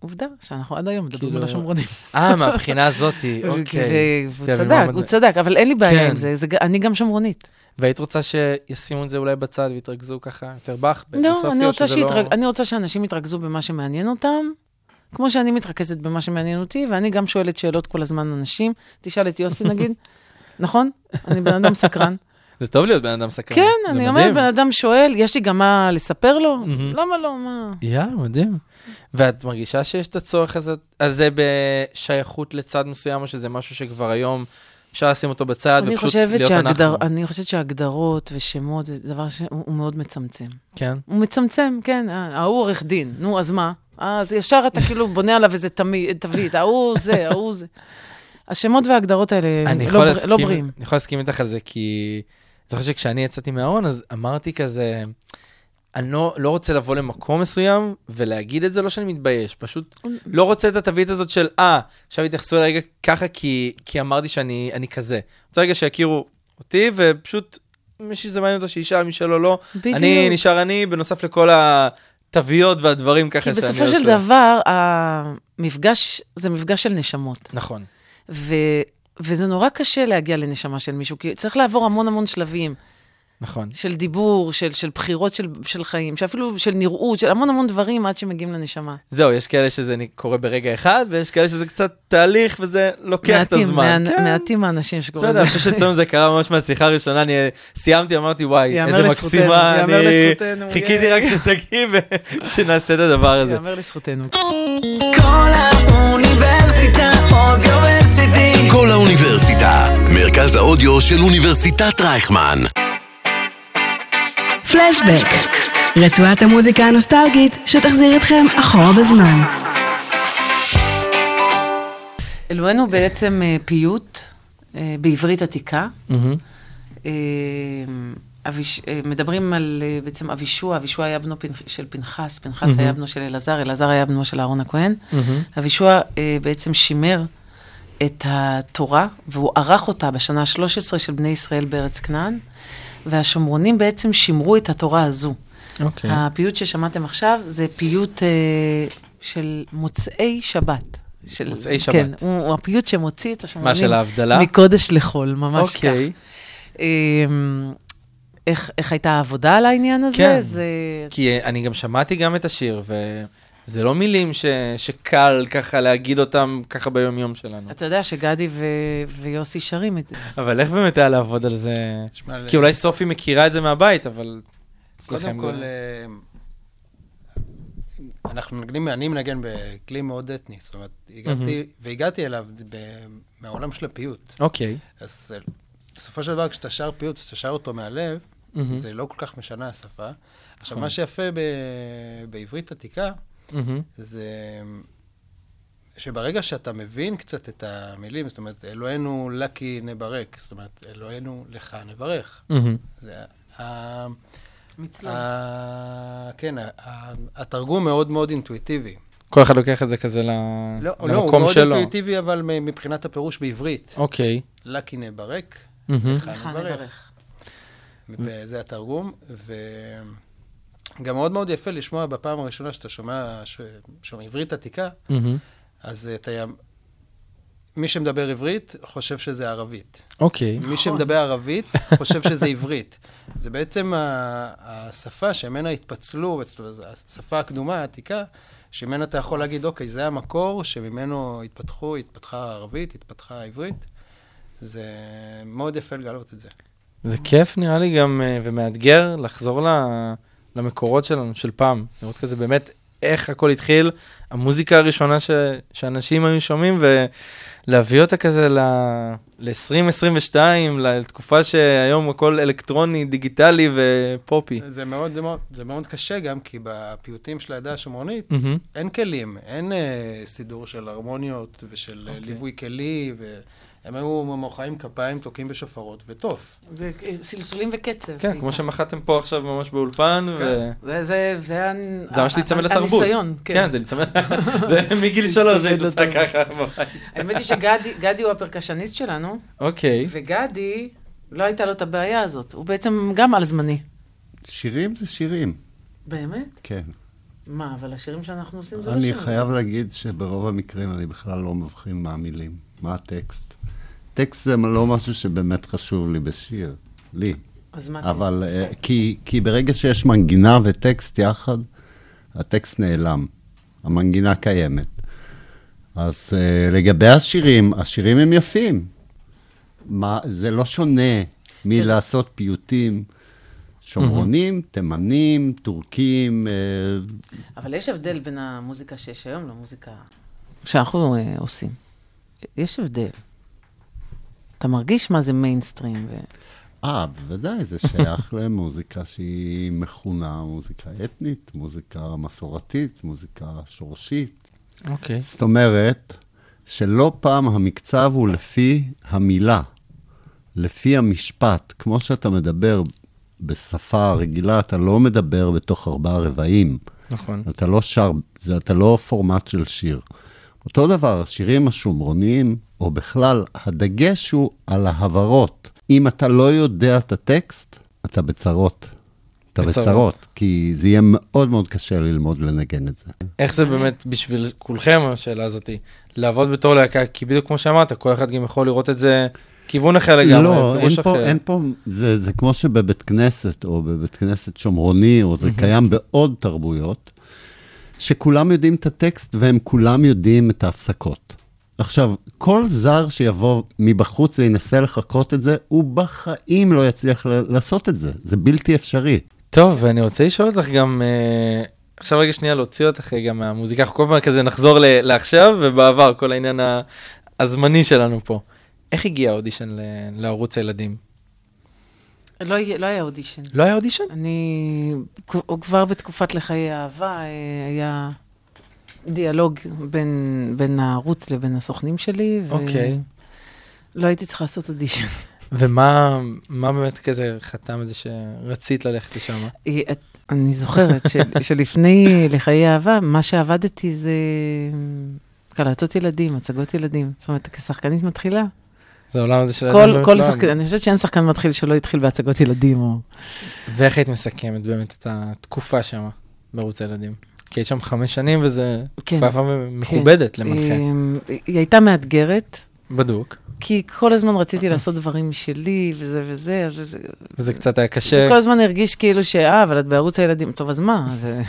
[SPEAKER 2] עובדה, שאנחנו עד היום מדברים
[SPEAKER 1] כאילו,
[SPEAKER 2] על השומרונים.
[SPEAKER 1] אה, מהבחינה הזאתי, אוקיי.
[SPEAKER 2] ו- והוא
[SPEAKER 1] סתם,
[SPEAKER 2] צדק,
[SPEAKER 1] מאוד-
[SPEAKER 2] הוא צדק, אבל אין לי בעיה
[SPEAKER 1] כן.
[SPEAKER 2] עם זה, זה ג- אני גם שומרונית.
[SPEAKER 1] והיית רוצה שישימו את זה אולי בצד ויתרכזו ככה יותר בך? בסוף,
[SPEAKER 2] לא, אני
[SPEAKER 1] או
[SPEAKER 2] רוצה,
[SPEAKER 1] שזה לא-
[SPEAKER 2] שיתרג... אני רוצה שאנשים יתרכזו במה שמעניין אותם, כמו שאני מתרכזת במה שמעניין אותי, ואני גם שואלת שאלות כל הזמן אנשים. תשאל את יוסי נגיד, נכון? אני בן אדם סקרן.
[SPEAKER 1] זה טוב להיות בן אדם סקרן.
[SPEAKER 2] כן,
[SPEAKER 1] כן, זה
[SPEAKER 2] אני
[SPEAKER 1] מדהים.
[SPEAKER 2] אומרת, בן אדם שואל, יש לי גם מה לספר לו?
[SPEAKER 1] מהמם.
[SPEAKER 2] למה לא? מה?
[SPEAKER 1] יא, מדהים. ואת מרגישה שיש את הצורך הזה- הזה בשייכות לצד מסוים, או שזה משהו שכבר היום אפשר לשים אותו בצד
[SPEAKER 2] אני
[SPEAKER 1] ופשוט
[SPEAKER 2] חושבת,
[SPEAKER 1] להיות
[SPEAKER 2] שהגדר...
[SPEAKER 1] אנחנו?
[SPEAKER 2] אני חושבת שהגדרות ושמות זה דבר שהוא הוא מאוד מצמצם.
[SPEAKER 1] כן.
[SPEAKER 2] הוא מצמצם, כן, אה, ההוא עורך דין, נו, אז מה? אז ישר אתה כאילו בונה עליו איזה תמי- תווית, ההוא זה, ההוא זה. השמות וההגדרות האלה הם
[SPEAKER 1] אני
[SPEAKER 2] לא
[SPEAKER 1] יכול
[SPEAKER 2] בר-
[SPEAKER 1] להסכים-
[SPEAKER 2] לא בריאים.
[SPEAKER 1] אני יכול להסכים איתך על זה, כי... אני זוכר שכשאני יצאתי מהארון, אז אמרתי כזה, אני לא, לא רוצה לבוא למקום מסוים ולהגיד את זה, לא שאני מתבייש, פשוט לא רוצה את התווית הזאת של, אה, עכשיו התייחסו אליי רגע ככה כי, כי אמרתי שאני אני כזה. רוצה רגע שיכירו אותי, ופשוט מי שזה מעניין אותו שישאל, מי שלא לא.
[SPEAKER 2] בדיוק.
[SPEAKER 1] אני נשאר אני, בנוסף לכל התוויות והדברים ככה
[SPEAKER 2] כי
[SPEAKER 1] שאני עושה.
[SPEAKER 2] בסופו של דבר, המפגש זה מפגש של נשמות.
[SPEAKER 1] נכון.
[SPEAKER 2] ו... וזה נורא קשה להגיע לנשמה של מישהו, כי צריך לעבור המון המון שלבים
[SPEAKER 1] נכון.
[SPEAKER 2] של דיבור, של, של בחירות של, של חיים, שאפילו של נראות, של המון המון דברים עד שמגיעים לנשמה.
[SPEAKER 1] זהו, יש כאלה שזה נ- קורה ברגע אחד, ויש כאלה שזה קצת תהליך וזה לוקח את
[SPEAKER 2] מעטים,
[SPEAKER 1] הזמן.
[SPEAKER 2] מעט-
[SPEAKER 1] כן.
[SPEAKER 2] מעטים האנשים
[SPEAKER 1] בסדר,
[SPEAKER 2] שקוראים
[SPEAKER 1] אני חושב שאצלנו זה קרה ממש מהשיחה הראשונה, אני אה, סיימתי, אמרתי, וואי,
[SPEAKER 2] יאמר
[SPEAKER 1] איזה
[SPEAKER 2] לזכותנו,
[SPEAKER 1] מקסימה,
[SPEAKER 2] יאמר
[SPEAKER 1] אני
[SPEAKER 2] לזכותנו,
[SPEAKER 1] חיכיתי
[SPEAKER 2] יאי.
[SPEAKER 1] רק שתגיעי ושנעשה את הדבר הזה.
[SPEAKER 2] ייאמר לזכותנו. כן.
[SPEAKER 3] כל האוניברסיטה אודיוורסיטי.
[SPEAKER 4] כל האוניברסיטה, מרכז האודיו של אוניברסיטת רייכמן.
[SPEAKER 5] פלשבק, רצועת המוזיקה הנוסטלגית שתחזיר אתכם אחורה בזמן.
[SPEAKER 2] אלוהינו הוא בעצם אה, פיוט אה, בעברית עתיקה.
[SPEAKER 1] מהמם.
[SPEAKER 6] Mm-hmm.
[SPEAKER 2] אה, אביש, אה, מדברים על אה, בעצם אבישוע, אבישוע היה בנו פנ- של פנחס, פנחס היה בנו של אלעזר, אלעזר היה בנו של אהרון הכהן. אבישוע אה, בעצם שימר את התורה, והוא ערך אותה בשנה ה-13 של בני ישראל בארץ כנען, והשומרונים בעצם שימרו את התורה הזו.
[SPEAKER 1] אוקיי.
[SPEAKER 2] הפיוט ששמעתם עכשיו זה פיוט אה, של מוצאי שבת. של,
[SPEAKER 1] מוצאי שבת.
[SPEAKER 2] כן, הוא, הוא הפיוט שמוציא את השומרונים.
[SPEAKER 1] של ההבדלה?
[SPEAKER 2] מקודש לחול, ממש ככה.
[SPEAKER 1] אוקיי.
[SPEAKER 2] אמ, איך, איך הייתה העבודה על העניין הזה?
[SPEAKER 1] כן.
[SPEAKER 2] זה...
[SPEAKER 1] כי אה, אני גם שמעתי גם את השיר, וזה לא מילים ש- שקל ככה להגיד אותם ככה ביום-יום שלנו.
[SPEAKER 2] אתה יודע שגדי ו... ויוסי שרים את זה.
[SPEAKER 1] אבל איך באמת היה לעבוד על זה?
[SPEAKER 6] תשמע,
[SPEAKER 1] כי אולי סופי מכירה את זה מהבית, אבל אצלכם
[SPEAKER 6] קודם כל,
[SPEAKER 1] זה...
[SPEAKER 6] אה, אנחנו מנגנים, אני מנגן בכלי מאוד אתני, זאת אומרת, הגעתי, והגעתי אליו ב- מהעולם של הפיוט.
[SPEAKER 1] אוקיי.
[SPEAKER 6] אז אה, בסופו של דבר, כשאתה שר פיוט, כשאתה שר אותו מהלב,
[SPEAKER 1] מהמם. נכון.
[SPEAKER 6] זה לא כל כך משנה השפה. עכשיו, מה שיפה ב- בעברית עתיקה,
[SPEAKER 1] מהמם.
[SPEAKER 6] זה שברגע שאתה מבין קצת את המילים, זאת אומרת, אלוהינו לקי נברק, זאת אומרת, אלוהינו לך נברך.
[SPEAKER 1] מהמם.
[SPEAKER 6] זה ה- ה- כן, ה- ה- התרגום מאוד מאוד אינטואיטיבי.
[SPEAKER 1] כל אחד לוקח את זה כזה ל-
[SPEAKER 6] לא, לא, הוא
[SPEAKER 1] למקום
[SPEAKER 6] מאוד
[SPEAKER 1] שלו.
[SPEAKER 6] אינטואיטיבי, אבל מ- מבחינת הפירוש בעברית.
[SPEAKER 1] אוקיי.
[SPEAKER 6] לקי נברק,
[SPEAKER 1] מהמם.
[SPEAKER 6] לך נברך. ו- זה התרגום, וגם מאוד מאוד יפה לשמוע בפעם הראשונה שאתה שומע ש- שומע עברית עתיקה,
[SPEAKER 1] מהמם.
[SPEAKER 6] אז אתה... ים- מי שמדבר עברית חושב שזה ערבית.
[SPEAKER 1] אוקיי.
[SPEAKER 6] מי שמדבר ערבית חושב שזה עברית. זה בעצם ה- השפה שממנה התפצלו, זאת אומרת, זו השפה הקדומה, העתיקה, שממנה אתה יכול להגיד, אוקיי, זה המקור שממנו התפתחו, התפתחה הערבית, התפתחה העברית. זה מאוד יפה לגלות את זה.
[SPEAKER 1] זה כיף נראה לי גם אה, ומאתגר לחזור ל- למקורות שלנו של פעם, לראות כזה באמת איך הכל התחיל, המוזיקה הראשונה ש... שאנשים היו שומעים, ולהביא אותה כזה ל... ל-2022, לתקופה שהיום הכל אלקטרוני, דיגיטלי ופופי.
[SPEAKER 6] זה מאוד, זה, מאוד, זה מאוד קשה גם, כי בפיוטים של העדה השומרונית
[SPEAKER 1] מהמם.
[SPEAKER 6] אין כלים, אין אה, סידור של הרמוניות ושל okay. ליווי כלי, והם היו מוחאים כפיים, תוקעים בשופרות וטוף.
[SPEAKER 2] זה סלסולים וקצב.
[SPEAKER 1] כן, כמו שמחאתם פה עכשיו ממש באולפן,
[SPEAKER 6] כן.
[SPEAKER 1] ו...
[SPEAKER 2] זה, זה, זה היה...
[SPEAKER 1] זה ממש להיצמד לתרבות.
[SPEAKER 2] הניסיון, כן.
[SPEAKER 1] כן, זה להיצמד, זה מגיל שלוש היית עושה ככה בבית.
[SPEAKER 2] האמת היא שגדי גדי הוא הפרקשניסט שלנו,
[SPEAKER 1] אוקיי.
[SPEAKER 2] וגדי, לא הייתה לו את הבעיה הזאת. הוא בעצם גם על זמני.
[SPEAKER 7] שירים זה שירים,
[SPEAKER 2] באמת?
[SPEAKER 7] כן.
[SPEAKER 2] מה, אבל השירים שאנחנו עושים זה לא
[SPEAKER 7] אני
[SPEAKER 2] שירים.
[SPEAKER 7] חייב להגיד שברוב המקרים אני בכלל לא מבחין מה המילים, מה הטקסט. טקסט זה לא משהו שבאמת חשוב לי בשיר, לי.
[SPEAKER 2] אז מה?
[SPEAKER 7] אבל אה, כי, כי ברגע שיש מנגינה וטקסט יחד, הטקסט נעלם, המנגינה קיימת. אז אה, לגבי השירים, השירים הם יפים. מה, זה לא שונה מלעשות פיוטים שומרונים, תימנים, טורקים, אה,
[SPEAKER 2] כן. אבל יש הבדל בין המוזיקה שיש היום למוזיקה שאנחנו אה, עושים. יש הבדל. אתה מרגיש מה זה מיינסטרים. ו...
[SPEAKER 7] אה, בוודאי, זה שייך למוזיקה שהיא מכונה מוזיקה אתנית, מוזיקה מסורתית, מוזיקה שורשית.
[SPEAKER 1] אוקיי.
[SPEAKER 7] זאת אומרת, שלא פעם המקצב הוא לפי המילה, לפי המשפט. כמו שאתה מדבר בשפה הרגילה, אתה לא מדבר בתוך ארבעה רבעים.
[SPEAKER 1] נכון.
[SPEAKER 7] אתה לא שר, זה, אתה לא פורמט של שיר. אותו דבר, השירים השומרוניים, או בכלל, הדגש הוא על ההברות. אם אתה לא יודע את הטקסט, אתה בצרות. אתה
[SPEAKER 1] בצרות.
[SPEAKER 7] בצרות. בצרות, כי זה יהיה מאוד מאוד קשה ללמוד לנגן את זה.
[SPEAKER 1] איך זה באמת בשביל כולכם, השאלה הזאתי, לעבוד בתור להקה? כי בדיוק כמו שאמרת, כל אחד גם יכול לראות את זה כיוון אחר לגמרי,
[SPEAKER 7] לא,
[SPEAKER 1] פירוש
[SPEAKER 7] אין פה,
[SPEAKER 1] אחר.
[SPEAKER 7] אין פה, זה, זה כמו שבבית כנסת, או בבית כנסת שומרוני, או זה קיים בעוד תרבויות, שכולם יודעים את הטקסט והם כולם יודעים את ההפסקות. עכשיו, כל זר שיבוא מבחוץ וינסה לחקות את זה, הוא בחיים לא יצליח ל- לעשות את זה, זה בלתי אפשרי.
[SPEAKER 1] טוב, ואני רוצה לשאול אותך גם, אה, עכשיו רגע שנייה להוציא אותך רגע מהמוזיקה, אנחנו כל פעם כזה נחזור ל- לעכשיו ובעבר, כל העניין ה- הזמני שלנו פה. איך הגיע האודישן ל- לערוץ הילדים?
[SPEAKER 2] לא, היה- לא היה אודישן.
[SPEAKER 1] לא היה אודישן?
[SPEAKER 2] אני, או כבר בתקופת לחיי אהבה, אה, היה דיאלוג בין, בין הערוץ לבין הסוכנים שלי. ו-
[SPEAKER 1] אוקיי.
[SPEAKER 2] לא הייתי צריכה לעשות אודישן.
[SPEAKER 1] ומה מה באמת כזה חתם את זה שרצית ללכת לשם?
[SPEAKER 2] אה, את- אני זוכרת של- שלפני לחיי אהבה, מה שעבדתי זה קלטות ילדים, הצגות ילדים. זאת אומרת, כשחקנית מתחילה,
[SPEAKER 1] זה העולם הזה של...
[SPEAKER 2] כל,
[SPEAKER 1] הילדים
[SPEAKER 2] כל
[SPEAKER 1] באמת לא-
[SPEAKER 2] שחקן, אני חושבת שאין שחקן מתחיל שלא התחיל בהצגות ילדים. או...
[SPEAKER 1] ואיך היית מסכמת באמת את התקופה שם בערוץ הילדים? כי היית שם חמש שנים וזה
[SPEAKER 2] כן.
[SPEAKER 1] תקופה מכובדת למנחה.
[SPEAKER 2] אמ, היא הייתה מאתגרת,
[SPEAKER 1] בדוק.
[SPEAKER 2] כי כל הזמן רציתי לעשות דברים משלי, וזה וזה, אז זה...
[SPEAKER 1] וזה קצת היה קשה.
[SPEAKER 2] זה כל הזמן הרגיש כאילו ש... אה, אבל את בערוץ הילדים, טוב, אז מה? זה...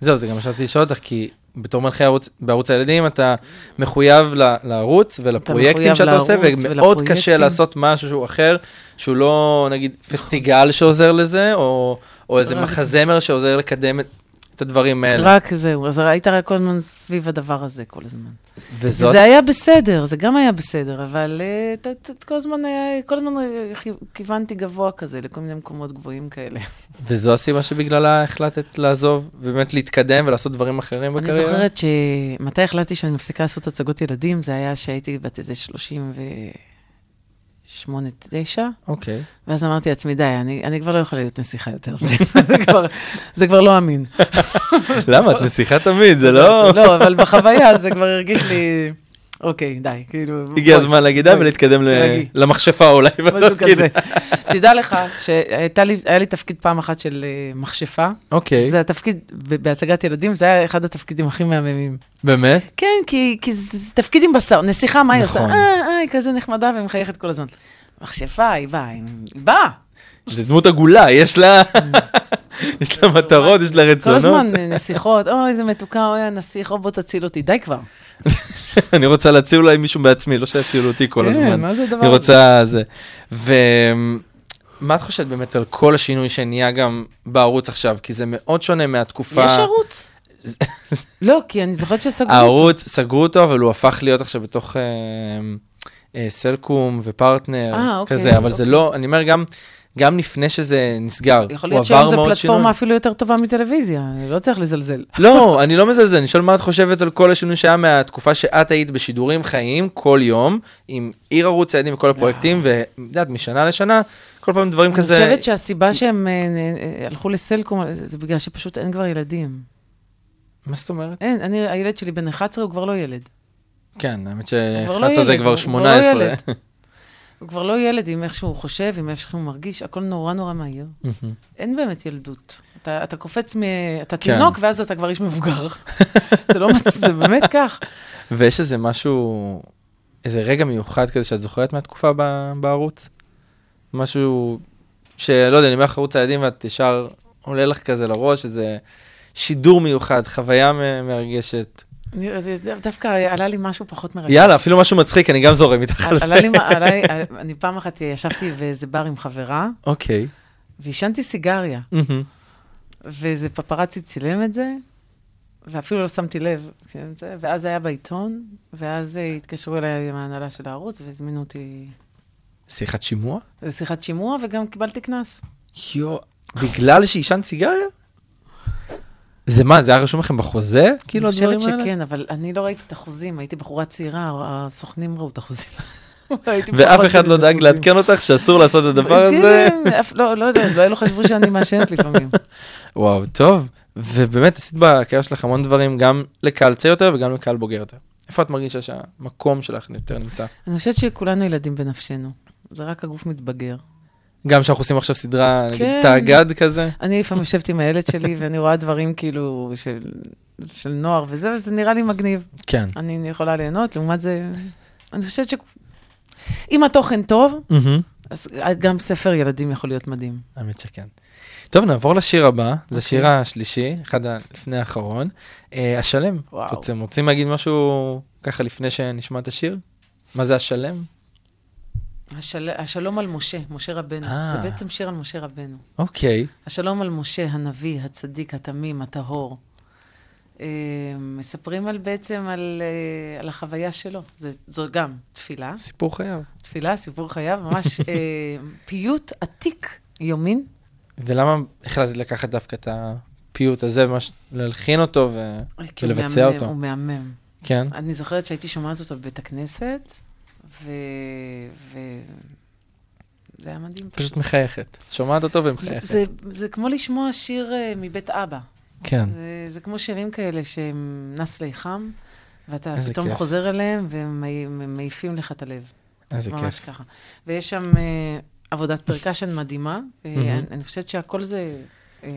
[SPEAKER 1] זהו, זה גם מה שרציתי לשאול אותך, כי בתור מנחה ערוץ, בערוץ הילדים אתה מחויב ל- לערוץ ולפרויקטים
[SPEAKER 2] מחויב
[SPEAKER 1] שאתה עושה,
[SPEAKER 2] לערוץ
[SPEAKER 1] ומאוד
[SPEAKER 2] ולפרויקטים.
[SPEAKER 1] קשה לעשות משהו שהוא אחר, שהוא לא נגיד פסטיגל שעוזר לזה, או, או איזה
[SPEAKER 2] רק-
[SPEAKER 1] מחזמר שעוזר לקדם את, את הדברים האלה.
[SPEAKER 2] אה. רק זהו, אז היית רק כל הזמן סביב הדבר הזה כל הזמן.
[SPEAKER 1] וזו
[SPEAKER 2] זה היה בסדר, זה גם היה בסדר, אבל אה, ת- ת- כל הזמן היה- כל הזמן אה, כי- כיוונתי גבוה כזה, לכל מיני מקומות גבוהים כאלה.
[SPEAKER 1] וזו הסיבה שבגללה החלטת לעזוב, ובאמת להתקדם ולעשות דברים אחרים
[SPEAKER 2] אני
[SPEAKER 1] בקריירה?
[SPEAKER 2] זוכרת שמתי החלטתי שאני מפסיקה לעשות הצגות ילדים, זה היה שהייתי בת איזה 38-9,
[SPEAKER 1] אוקיי.
[SPEAKER 2] ואז אמרתי לעצמי, די, אני, אני כבר לא יכולה להיות נסיכה יותר, זה, זה, כבר, זה כבר לא אמין.
[SPEAKER 1] למה? את נסיכה תמיד, זה לא...
[SPEAKER 2] לא, אבל בחוויה זה כבר הרגיש לי, אוקיי, די, כאילו...
[SPEAKER 1] הגיע
[SPEAKER 2] בואי,
[SPEAKER 1] הזמן להגיד די
[SPEAKER 2] בואי,
[SPEAKER 1] ולהתקדם ל-
[SPEAKER 2] תירגעי.
[SPEAKER 1] למכשפה אולי.
[SPEAKER 2] משהו
[SPEAKER 1] בתפקיד.
[SPEAKER 2] כזה. תדע לך שהיה לי, היה לי תפקיד פעם אחת של אה, מכשפה.
[SPEAKER 1] אוקיי,
[SPEAKER 2] שזה התפקיד, ב- בהצגת ילדים, זה היה אחד התפקידים הכי מהממים.
[SPEAKER 1] באמת?
[SPEAKER 2] כן, כי, כי זה תפקיד עם בשר. נסיכה, מה היא עושה?
[SPEAKER 1] נכון.
[SPEAKER 2] אה, אה, היא כזה נחמדה ומחייכת כל הזמן. מכשפה, היא באה, היא היא באה.
[SPEAKER 1] זה דמות עגולה, יש לה... יש לה מטרות, יש לה
[SPEAKER 2] כל
[SPEAKER 1] רצונות.
[SPEAKER 2] הזמן אה, נסיכות, אוי, איזה מתוקה, אוי, הנסיך, או בוא תציל אותי, די כבר.
[SPEAKER 1] אני רוצה להציל אולי מישהו בעצמי, לא שיצילו אותי כל
[SPEAKER 2] כן,
[SPEAKER 1] הזמן.
[SPEAKER 2] מה זה הדבר
[SPEAKER 1] אני
[SPEAKER 2] הזה?
[SPEAKER 1] רוצה זה. ומה את חושבת באמת על כל השינוי שנהיה גם בערוץ עכשיו? כי זה מאוד שונה מהתקופה...
[SPEAKER 2] יש ערוץ. לא, כי אני זוכרת שסגרו אותו.
[SPEAKER 1] הערוץ, סגרו אותו, אבל הוא הפך להיות עכשיו בתוך אה, אה, סלקום ופרטנר,
[SPEAKER 2] אה, אוקיי,
[SPEAKER 1] כזה, אבל זה
[SPEAKER 2] אוקיי.
[SPEAKER 1] לא, אני אומר, גם, גם לפני שזה נסגר,
[SPEAKER 2] יכול
[SPEAKER 1] הוא
[SPEAKER 2] להיות שהיום
[SPEAKER 1] עבר
[SPEAKER 2] זו
[SPEAKER 1] מאוד שינוי.
[SPEAKER 2] פלטפורמה אפילו יותר טובה מטלוויזיה, לא צריך לזלזל.
[SPEAKER 1] לא, אני לא מזלזל, אני שואל מה את חושבת על כל השינוי שהיה מהתקופה שאת היית בשידורים חיים כל יום, עם עיר ערוץ הילדים וכל הפרויקטים, ואת יודעת, משנה לשנה, כל פעם דברים
[SPEAKER 2] אה. אני
[SPEAKER 1] כזה...
[SPEAKER 2] חושבת שהסיבה שהם אה, אה, אה, הלכו לסלקום, זה זה בגלל שפשוט אין כבר ילדים.
[SPEAKER 1] מה זאת אומרת?
[SPEAKER 2] אין, אני, הילד שלי בן 11, הוא כבר לא ילד.
[SPEAKER 1] כן, האמת
[SPEAKER 2] כבר לא
[SPEAKER 1] שהחלץ הזה
[SPEAKER 2] ילד,
[SPEAKER 1] כבר
[SPEAKER 2] הוא-
[SPEAKER 1] 18.
[SPEAKER 2] הוא לא ילד. הוא כבר לא ילד עם איך שהוא חושב, עם איך שהוא מרגיש, הכל נורא נורא מהיר. אין באמת ילדות. אתה, אתה קופץ, מ... אתה
[SPEAKER 1] כן.
[SPEAKER 2] תינוק, ואז אתה כבר איש מבוגר. זה לא מצ... זה באמת כך.
[SPEAKER 1] ויש איזה משהו, איזה רגע מיוחד כזה שאת זוכרת מהתקופה ב- בערוץ? משהו שלא יודע, אני אומר לך ערוץ הילדים ואת ישר עולה לך כזה לראש, איזה שידור מיוחד, חוויה מ- מרגשת.
[SPEAKER 2] אני- זה- זה- דווקא עלה לי משהו פחות מרגש.
[SPEAKER 1] יאללה, אפילו משהו מצחיק, אני גם זורם איתך על
[SPEAKER 2] על-
[SPEAKER 1] זה.
[SPEAKER 2] עלה לי, מה- עלה לי, אני פעם אחת ישבתי באיזה בר עם חברה,
[SPEAKER 1] אוקיי.
[SPEAKER 2] ועישנתי סיגריה,
[SPEAKER 1] מהמם.
[SPEAKER 2] ואיזה פפרצי צילם את זה, ואפילו לא שמתי לב. כן, זה- ואז זה היה בעיתון, ואז אה, התקשרו אליי עם ההנהלה של הערוץ, והזמינו אותי
[SPEAKER 1] שיחת שימוע?
[SPEAKER 2] לשיחת שימוע, וגם קיבלתי קנס.
[SPEAKER 1] יואו, בגלל שעישנת סיגריה? זה מה, זה היה רשום לכם בחוזה? כאילו
[SPEAKER 2] אני חושבת
[SPEAKER 1] הדברים האלה?
[SPEAKER 2] שכן, אבל אני לא ראיתי את החוזים, הייתי בחורה צעירה, הסוכנים ראו את החוזים. הייתי
[SPEAKER 1] ואף
[SPEAKER 2] פחות
[SPEAKER 1] אחד לא
[SPEAKER 2] מבינה את
[SPEAKER 1] דאג
[SPEAKER 2] החוזים.
[SPEAKER 1] לעדכן אותך שאסור לעשות את הדבר
[SPEAKER 2] כן,
[SPEAKER 1] הזה?
[SPEAKER 2] אף- לא, לא יודעת, אולי לא חשבו שאני מעשנת לפעמים.
[SPEAKER 1] וואו, טוב. ובאמת עשית בקריירה שלך המון דברים, גם לקהל צעיר יותר וגם לקהל בוגר יותר. איפה את מרגישה שהמקום שלך יותר נמצא?
[SPEAKER 2] אני חושבת שכולנו ילדים בנפשנו, זה רק הגוף מתבגר.
[SPEAKER 1] גם שאנחנו עושים עכשיו סדרה, נגיד,
[SPEAKER 2] כן.
[SPEAKER 1] תאגד כזה?
[SPEAKER 2] אני לפעמים יושבת עם הילד שלי ואני רואה דברים כאילו של, של נוער וזה, וזה נראה לי מגניב.
[SPEAKER 1] כן.
[SPEAKER 2] אני אני יכולה ליהנות, לעומת זה, אני חושבת ש... אם התוכן טוב, אז גם ספר ילדים יכול להיות מדהים.
[SPEAKER 1] האמת שכן. טוב, נעבור לשיר הבא, זה השיר השלישי, אחד ה- לפני האחרון. אה, השלם.
[SPEAKER 2] וואו.
[SPEAKER 1] אתם רוצים- רוצים להגיד משהו ככה לפני שנשמע את השיר? מה זה השלם?
[SPEAKER 2] השל... השלום על משה, משה רבנו.
[SPEAKER 1] אה.
[SPEAKER 2] זה בעצם שיר על משה רבנו.
[SPEAKER 1] אוקיי.
[SPEAKER 2] השלום על משה, הנביא, הצדיק, התמים, הטהור. אה, מספרים על בעצם על, אה, על החוויה שלו. זה, זו גם תפילה,
[SPEAKER 1] סיפור חייו.
[SPEAKER 2] תפילה, סיפור חייו, ממש אה, פיוט עתיק יומין.
[SPEAKER 1] ולמה החלטת לקחת דווקא את הפיוט הזה, ממש להלחין אותו ו...
[SPEAKER 2] כי הוא
[SPEAKER 1] ולבצע
[SPEAKER 2] כן, מהמם,
[SPEAKER 1] אותו?
[SPEAKER 2] אה, הוא אה. מהמם.
[SPEAKER 1] כן.
[SPEAKER 2] אני זוכרת שהייתי שומעת אותו בבית הכנסת, ו... ו... זה היה מדהים.
[SPEAKER 1] פשוט מחייכת. שומעת אותו ומחייכת.
[SPEAKER 2] זה, זה כמו לשמוע שיר אה, מבית אבא.
[SPEAKER 1] כן.
[SPEAKER 2] זה, זה כמו שירים כאלה שהם נס ליחם, ואתה
[SPEAKER 1] איזה
[SPEAKER 2] פתאום
[SPEAKER 1] כיף.
[SPEAKER 2] חוזר אליהם והם מי- הם מעיפים לך את הלב.
[SPEAKER 1] איזה כיף.
[SPEAKER 2] ממש ככה. ויש שם אה, עבודת פרקשן מדהימה, אה, אני- אני חושבת שהכל זה אה,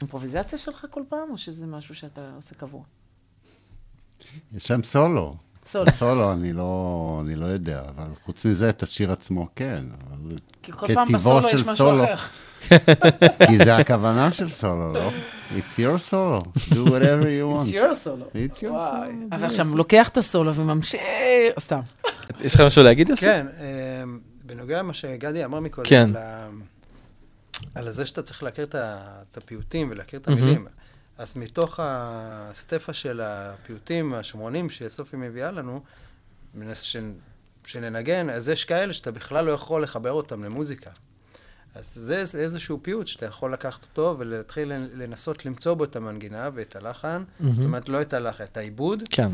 [SPEAKER 2] אימפרוביזציה שלך כל פעם, או שזה משהו שאתה עושה קבוע?
[SPEAKER 7] יש שם סולו.
[SPEAKER 2] סולו.
[SPEAKER 7] סולו, אני לא, אני לא יודע, אבל חוץ מזה, את השיר עצמו כן. אבל
[SPEAKER 2] כי כל פעם
[SPEAKER 7] כטיבו
[SPEAKER 2] בסולו יש
[SPEAKER 7] של
[SPEAKER 2] משהו
[SPEAKER 7] סולו.
[SPEAKER 2] אחר.
[SPEAKER 7] כי זה הכוונה של סולו, לא? It's your solo, do whatever you
[SPEAKER 2] It's
[SPEAKER 7] want.
[SPEAKER 2] your solo.
[SPEAKER 7] It's your
[SPEAKER 2] וואי.
[SPEAKER 7] solo.
[SPEAKER 2] אבל עכשיו הוא לוקח את הסולו וממשיך, סתם.
[SPEAKER 1] יש לך משהו להגיד, יוסי?
[SPEAKER 6] כן, אמ, בנוגע למה שגדי אמר מקודם,
[SPEAKER 1] כן.
[SPEAKER 6] על, ה... על זה שאתה צריך להכיר את, ה... את הפיוטים ולהכיר את המילים. אז מתוך הסטפה של הפיוטים השומרונים שסופי מביאה לנו, מנס- שנ- שננגן, אז יש כאלה שאתה בכלל לא יכול לחבר אותם למוזיקה. אז זה איז- איזשהו פיוט שאתה יכול לקחת אותו ולהתחיל לנסות למצוא בו את המנגינה ואת הלחן, זאת אומרת, לא את הלחן, את העיבוד,
[SPEAKER 1] כן.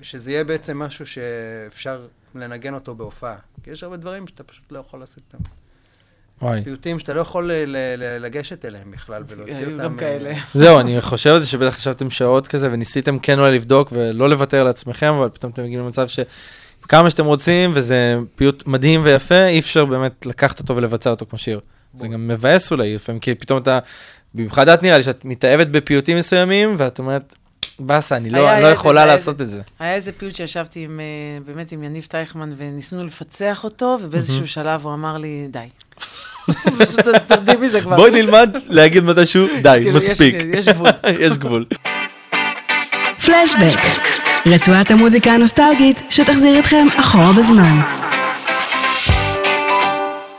[SPEAKER 6] ושזה יהיה בעצם משהו שאפשר לנגן אותו בהופעה. כי יש הרבה דברים שאתה פשוט לא יכול לעשות אותם.
[SPEAKER 2] אוקיי.
[SPEAKER 1] וואי.
[SPEAKER 6] פיוטים שאתה לא יכול ל- ל- ל- לגשת אליהם בכלל ולהוציא
[SPEAKER 2] היו
[SPEAKER 6] אותם.
[SPEAKER 2] גם
[SPEAKER 6] אה,
[SPEAKER 2] כאלה.
[SPEAKER 1] זהו, אני חושב על זה שבטח ישבתם שעות כזה וניסיתם כן אולי לבדוק ולא לוותר על עצמכם, אבל פתאום אתם מגיעים למצב שכמה שאתם רוצים, וזה פיוט מדהים ויפה, אי אפשר באמת לקחת אותו ולבצע אותו כמו שיר. זה גם מבאס אולי לפעמים, כי פתאום אתה, במיוחד את נראה לי שאת מתאהבת בפיוטים מסוימים, ואת אומרת, באסה, אני
[SPEAKER 2] היה
[SPEAKER 1] לא אני לא
[SPEAKER 2] איזה-
[SPEAKER 1] יכולה
[SPEAKER 2] היה
[SPEAKER 1] לעשות את זה.
[SPEAKER 2] היה איזה פיוט שישבתי עם, אה, באמת עם יניב טייכמן וניסינו לפצח אותו, ובאיזשהו שלב הוא אמר לי, די. פשוט תרדי מזה כבר.
[SPEAKER 1] בואי נלמד להגיד מתישהו, די,
[SPEAKER 2] כאילו, יש-
[SPEAKER 1] מספיק.
[SPEAKER 2] יש גבול.
[SPEAKER 1] יש גבול.
[SPEAKER 5] פלשבק, רצועת המוזיקה הנוסטלגית שתחזיר אתכם אחורה בזמן.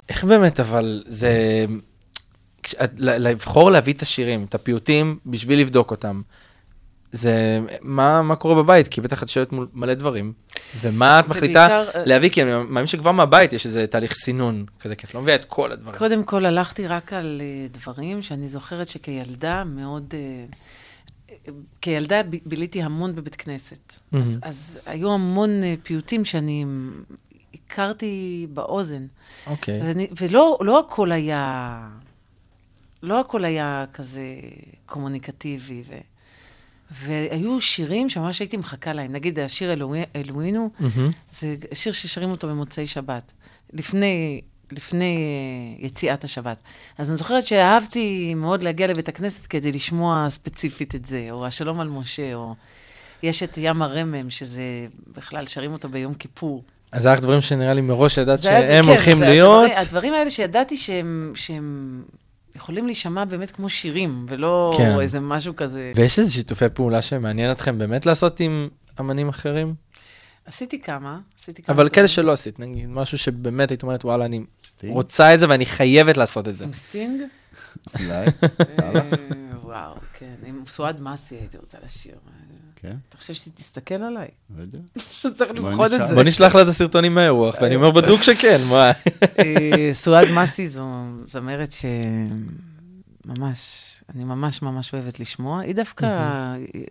[SPEAKER 1] איך באמת, אבל זה... כש- את- ל- לבחור להביא את השירים, את הפיוטים, בשביל לבדוק אותם. זה, מה, מה קורה בבית? כי בטח את שואלת מול מלא דברים. ומה את
[SPEAKER 2] זה
[SPEAKER 1] מחליטה
[SPEAKER 2] בעיקר, אה,
[SPEAKER 1] להביא? כי אני מאמין שכבר מהבית יש איזה תהליך סינון כזה, כי את לא מביאה את כל הדברים.
[SPEAKER 2] קודם כל, הלכתי רק על אה, דברים שאני זוכרת שכילדה מאוד... אה, אה, כילדה ב- ביליתי המון בבית כנסת. אז, אז היו המון אה, פיוטים שאני מ- הכרתי באוזן.
[SPEAKER 1] אוקיי.
[SPEAKER 2] ואני, ולא לא הכל היה... לא הכל היה כזה קומוניקטיבי. ו... והיו שירים שממש הייתי מחכה להם. נגיד השיר אלוהי- אלוהינו, זה שיר ששרים אותו במוצאי שבת, לפני, לפני אה, יציאת השבת. אז אני זוכרת שאהבתי מאוד להגיע לבית הכנסת כדי לשמוע ספציפית את זה, או השלום על משה, או יש את ים הרמם, שזה בכלל, שרים אותו ביום כיפור.
[SPEAKER 1] אז זה רק דברים שנראה לי מראש ידעת
[SPEAKER 2] זה היה-
[SPEAKER 1] שהם
[SPEAKER 2] כן,
[SPEAKER 1] הולכים
[SPEAKER 2] זה
[SPEAKER 1] להיות.
[SPEAKER 2] הדברים, הדברים האלה שידעתי שהם, שהם יכולים להישמע באמת כמו שירים, ולא
[SPEAKER 1] כן.
[SPEAKER 2] איזה משהו כזה.
[SPEAKER 1] ויש איזה שיתופי פעולה שמעניין אתכם באמת לעשות עם אמנים אחרים?
[SPEAKER 2] עשיתי כמה, עשיתי כמה.
[SPEAKER 1] אבל כאלה
[SPEAKER 2] דברים.
[SPEAKER 1] שלא עשית, נגיד, משהו שבאמת היית אומרת, וואלה, אני רוצה את זה ואני חייבת לעשות את זה.
[SPEAKER 2] עם סטינג?
[SPEAKER 7] אולי,
[SPEAKER 2] אה, וואו, כן. עם סועד מסי הייתי רוצה לשיר.
[SPEAKER 7] כן,
[SPEAKER 2] אתה חושב שהיא תסתכל עליי?
[SPEAKER 7] לא יודע.
[SPEAKER 2] פשוט צריך
[SPEAKER 7] בואי
[SPEAKER 2] לבחון
[SPEAKER 7] נשאל.
[SPEAKER 2] את זה.
[SPEAKER 1] בוא נשלח לה את הסרטונים מהאירוח, ואני אומר בדוק שכן, מה?
[SPEAKER 2] אה, סועד מסי זו זמרת ש... ממש, אני ממש ממש אוהבת לשמוע. היא דווקא